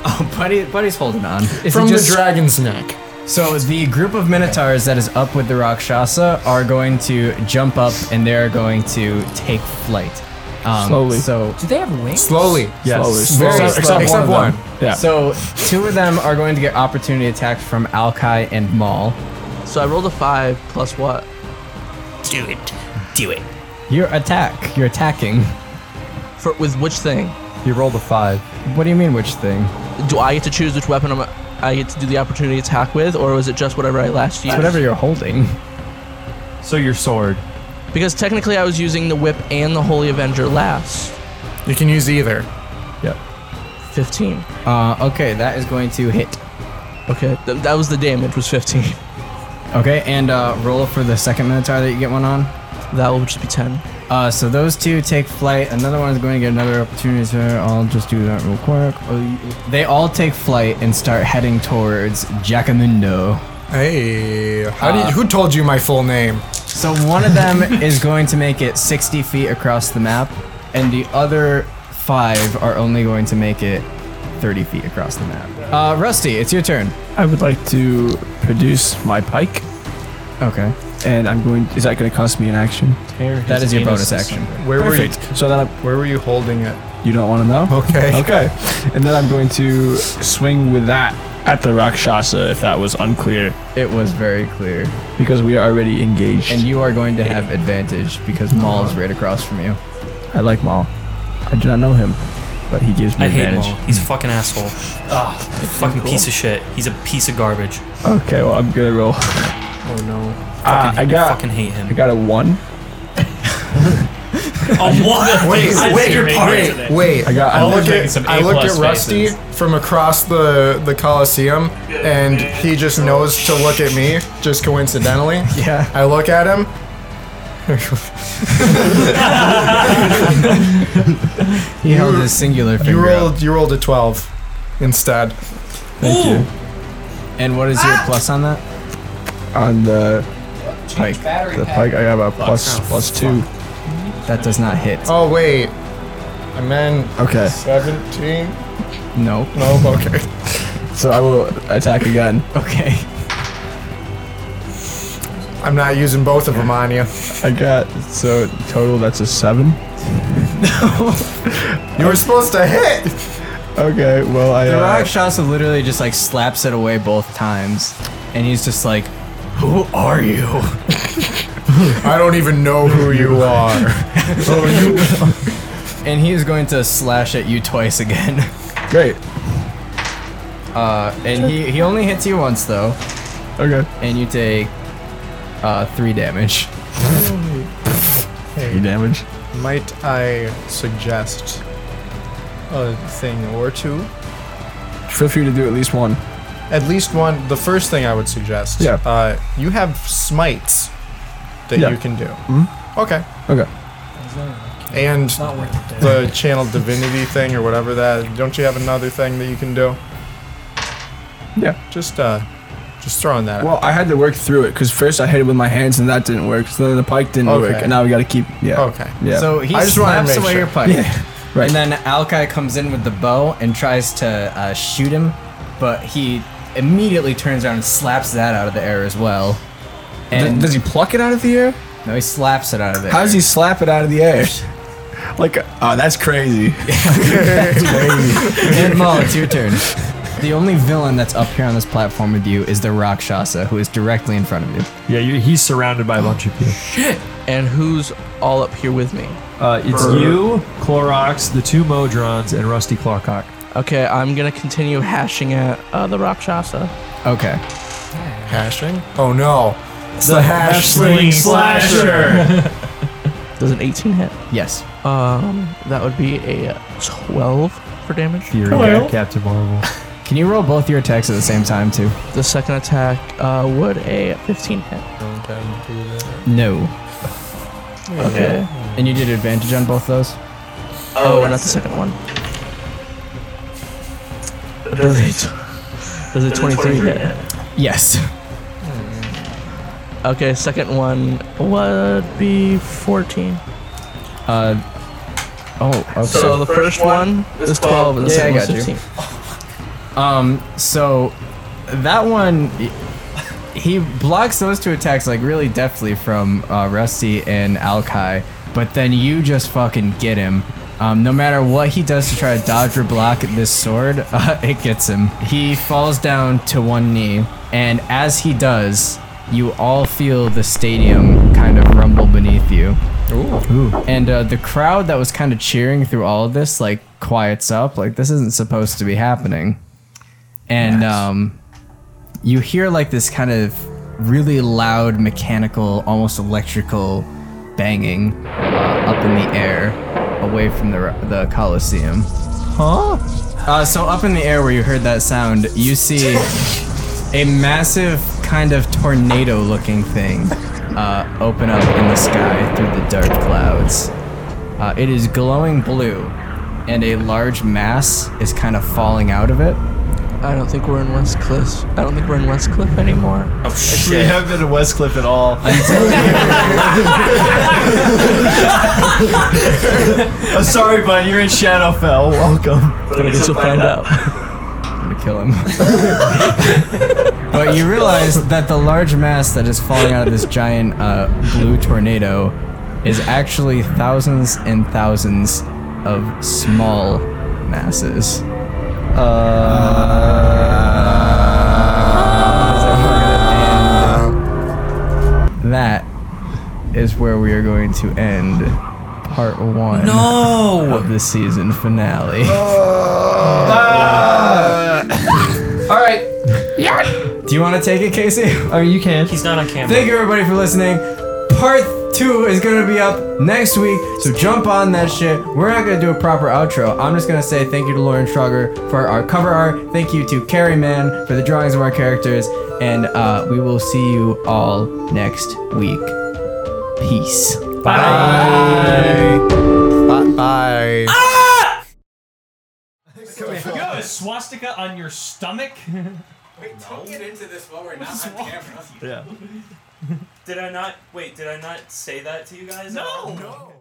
S2: Oh, buddy, buddy's holding on.
S8: Is
S7: From
S8: he just
S7: the dragon's neck.
S2: So the group of minotaurs that is up with the Rakshasa are going to jump up, and they're going to take flight. Um,
S3: Slowly.
S2: So
S8: do they have wings?
S7: Slowly.
S3: Oh, Yes.
S7: Very
S2: Except-
S7: slow.
S2: except
S7: Except
S3: one
S7: one.
S3: of Yeah.
S2: So two of them are going to get opportunity attacks from Alki and Maul.
S5: So I rolled a five plus what?
S10: Do it. Do it.
S2: Your attack. You're attacking.
S5: For with which thing?
S6: You rolled a five.
S2: What do you mean which thing?
S5: Do I get to choose which weapon I'm, I get to do the opportunity attack with, or was it just whatever I last used?
S2: It's whatever you're holding.
S6: So your sword.
S5: Because technically I was using the whip and the Holy Avenger last.
S7: You can use either.
S6: Yep.
S5: 15.
S2: Uh, okay, that is going to hit.
S5: Okay, th- that was the damage, was 15.
S2: Okay, and uh, roll for the second minotaur that you get one on.
S5: <laughs> That will just be 10.
S2: Uh, so those two take flight. Another one is going to get another opportunity. So I'll just do that real quick.
S6: Oh,
S2: Uh, They all take flight and start heading towards Jacamundo.
S7: Hey, how did, who told you my full name?
S2: So one of <laughs> them is going to make it 60 feet across the map, and the other five are only going to make it 30 feet across the map. Uh, Rusty, it's your turn.
S5: I would like to produce my pike,
S2: Okay.
S5: and I'm going. Is that going to cost me an action?
S2: That is your bonus action.
S7: Where
S5: Perfect. So then
S7: were you? Where were you holding it?
S5: I, you don't want to know. <laughs>
S7: Okay.
S5: Okay. And then I'm going to swing with that at the Rakshasa if that was unclear,
S2: It was very clear.
S5: because we are already engaged.
S2: And you are going to have advantage because Maul is right across from you.
S5: I like Maul. I do not know him, but he gives me
S4: I hate
S5: advantage.
S4: Maul. He's a fucking asshole. Ah, fucking piece of shit. He's a piece of garbage.
S5: Okay, well I'm gonna roll. Oh no. Uh, I got
S4: Fucking hate
S5: I
S7: <laughs>
S4: him.
S5: got a one.
S4: Oh, what?
S7: Wait,
S4: I
S7: wait,
S4: you're making it
S7: wait,
S4: today.
S7: wait. Oh.
S5: I got-
S7: I
S5: I'm
S7: look
S9: making
S7: at,
S9: some
S7: I look at
S9: A-plus
S7: Rusty from across the, the Coliseum, and he just knows to look at me, just coincidentally.
S2: Yeah.
S7: I look at him.
S2: He held his singular finger.
S7: You
S2: up.
S7: rolled, you rolled a 12 instead.
S5: Thank you.
S2: And what is your plus on that?
S5: On the
S2: Pike.
S5: the pike, I have a plus plus two.
S2: That does not hit.
S7: Oh, wait. I meant
S5: Okay,
S7: 17?
S2: No.
S7: No, okay.
S5: so I will attack again.
S2: <laughs> Okay.
S7: I'm not using both of them on you.
S5: I got so total that's a seven.
S7: You were supposed to hit!
S5: Okay, well I
S2: The
S5: uh,
S2: Rakshasa literally just like slaps it away both times, and he's just like, "Who are you?"
S7: I don't even know who you are.
S2: And he is going to slash at you twice again. <laughs>
S5: great.
S2: Uh, and he he only hits you once though,
S5: Okay,
S2: and you take uh three damage.
S5: you damage.
S7: Might I suggest a thing or two?
S5: Feel free to do at least one.
S7: At least one. The first thing I would suggest.
S5: Yeah.
S7: Uh, you have smites that
S5: Yeah.
S7: you can do.
S6: Mm-hmm.
S7: Okay.
S5: Okay.
S7: And
S8: Not worth it. Dude.
S7: the channel divinity thing or whatever that. Don't you have another thing that you can do?
S5: Yeah.
S7: Just uh, just throwing that.
S5: Well, I had to work through it because first I hit it with my hands and that didn't work. So then the pike didn't
S7: Okay.
S5: work, and now we got to keep. Yeah.
S7: out. Okay.
S5: Yeah.
S2: So he
S7: I just wanted to
S2: slaps
S7: make
S2: away
S7: sure.
S2: your pike, <laughs>
S5: <laughs> yeah. Right.
S2: and then Alki comes in with the bow and tries to uh, shoot him, but he immediately turns around and slaps that out of the air as well.
S5: Th-
S2: And
S5: does he pluck it out of the air?
S2: no, he slaps it out of the
S5: How
S2: air.
S5: does he slap it out of the air? <laughs> Like, oh, that's crazy.
S2: <laughs> And Maul, it's your turn. The only villain that's up here on this platform with you is the Rakshasa, who is directly in front of you.
S6: Yeah, you, he's surrounded by a bunch of people.
S5: And who's all up here with me?
S6: Uh, it's you, Clorox, the two Modrons, and Rusty Clarkock.
S5: Okay, I'm gonna continue hashing at uh, the Rakshasa.
S2: Okay.
S7: Hashing. Oh no. It's the, hashling <laughs>
S9: Slasher.
S5: Does an 18 hit?
S2: Yes.
S5: Um, that would be a 12 for damage.
S6: Fury
S5: <laughs>
S6: Guy, Captain Marvel.
S2: Can you roll both your attacks at the same time, too?
S5: The second attack uh, would a 15 hit.
S2: No.
S5: Okay.
S2: And you did advantage on both those?
S5: Oh, not the second one. Does it? Does it 23 hit?
S2: Yes.
S5: Okay, second one would be 14.
S2: Uh, oh, okay.
S5: So, the first one is 12, and the
S2: Yeah,
S5: second
S2: I
S5: one's
S2: got you.
S5: 15.
S2: Um, so that one, he blocks those two attacks like really deftly from uh, Rusty and Alki, but then you just fucking get him. Um, no matter what he does to try to dodge or block this sword, <laughs> uh, it gets him. He falls down to one knee, and as he does, you all feel the stadium kind of rumble beneath you and uh, the crowd that was kind of cheering through all of this like quiets up like this isn't supposed to be happening and um, you hear like this kind of really loud mechanical almost electrical banging uh, up in the air away from the the coliseum uh, so up in the air where you heard that sound, you see a massive kind of tornado-looking thing uh, open up in the sky through the dark clouds. Uh, it is glowing blue, and a large mass is kind of falling out of it.
S5: I don't think we're in West Cliff. I don't think we're in West Cliff anymore.
S4: Oh
S6: We
S4: shit!
S6: haven't been to Westcliff at all. I'm sorry, bud. You're in Shadowfell. Welcome.
S5: I guess we'll find out.
S2: to
S6: <laughs>
S2: kill him. <laughs> but you realize that the large mass that is falling out of this giant uh, blue tornado is actually thousands and thousands of small masses. Uh, that is where we are going to end part one
S4: No.
S2: of the season
S6: <laughs>
S2: finale.
S6: Ah! All right.
S2: Do you want to take it, Casey?
S6: I mean, you can.
S4: He's not on camera.
S2: Thank you everybody for listening. Part two is gonna be up next week, so jump on that shit. We're not gonna do a proper outro. I'm just gonna say thank you to Lauren Schrager for our cover art. Thank you to Carrie Man for the drawings of our characters, and uh, we will see you all next week. Peace.
S7: Bye. Bye.
S9: You have a swastika on your
S4: <laughs>
S9: stomach?
S4: <laughs> Did I not? Wait, did I not say that to you guys? No.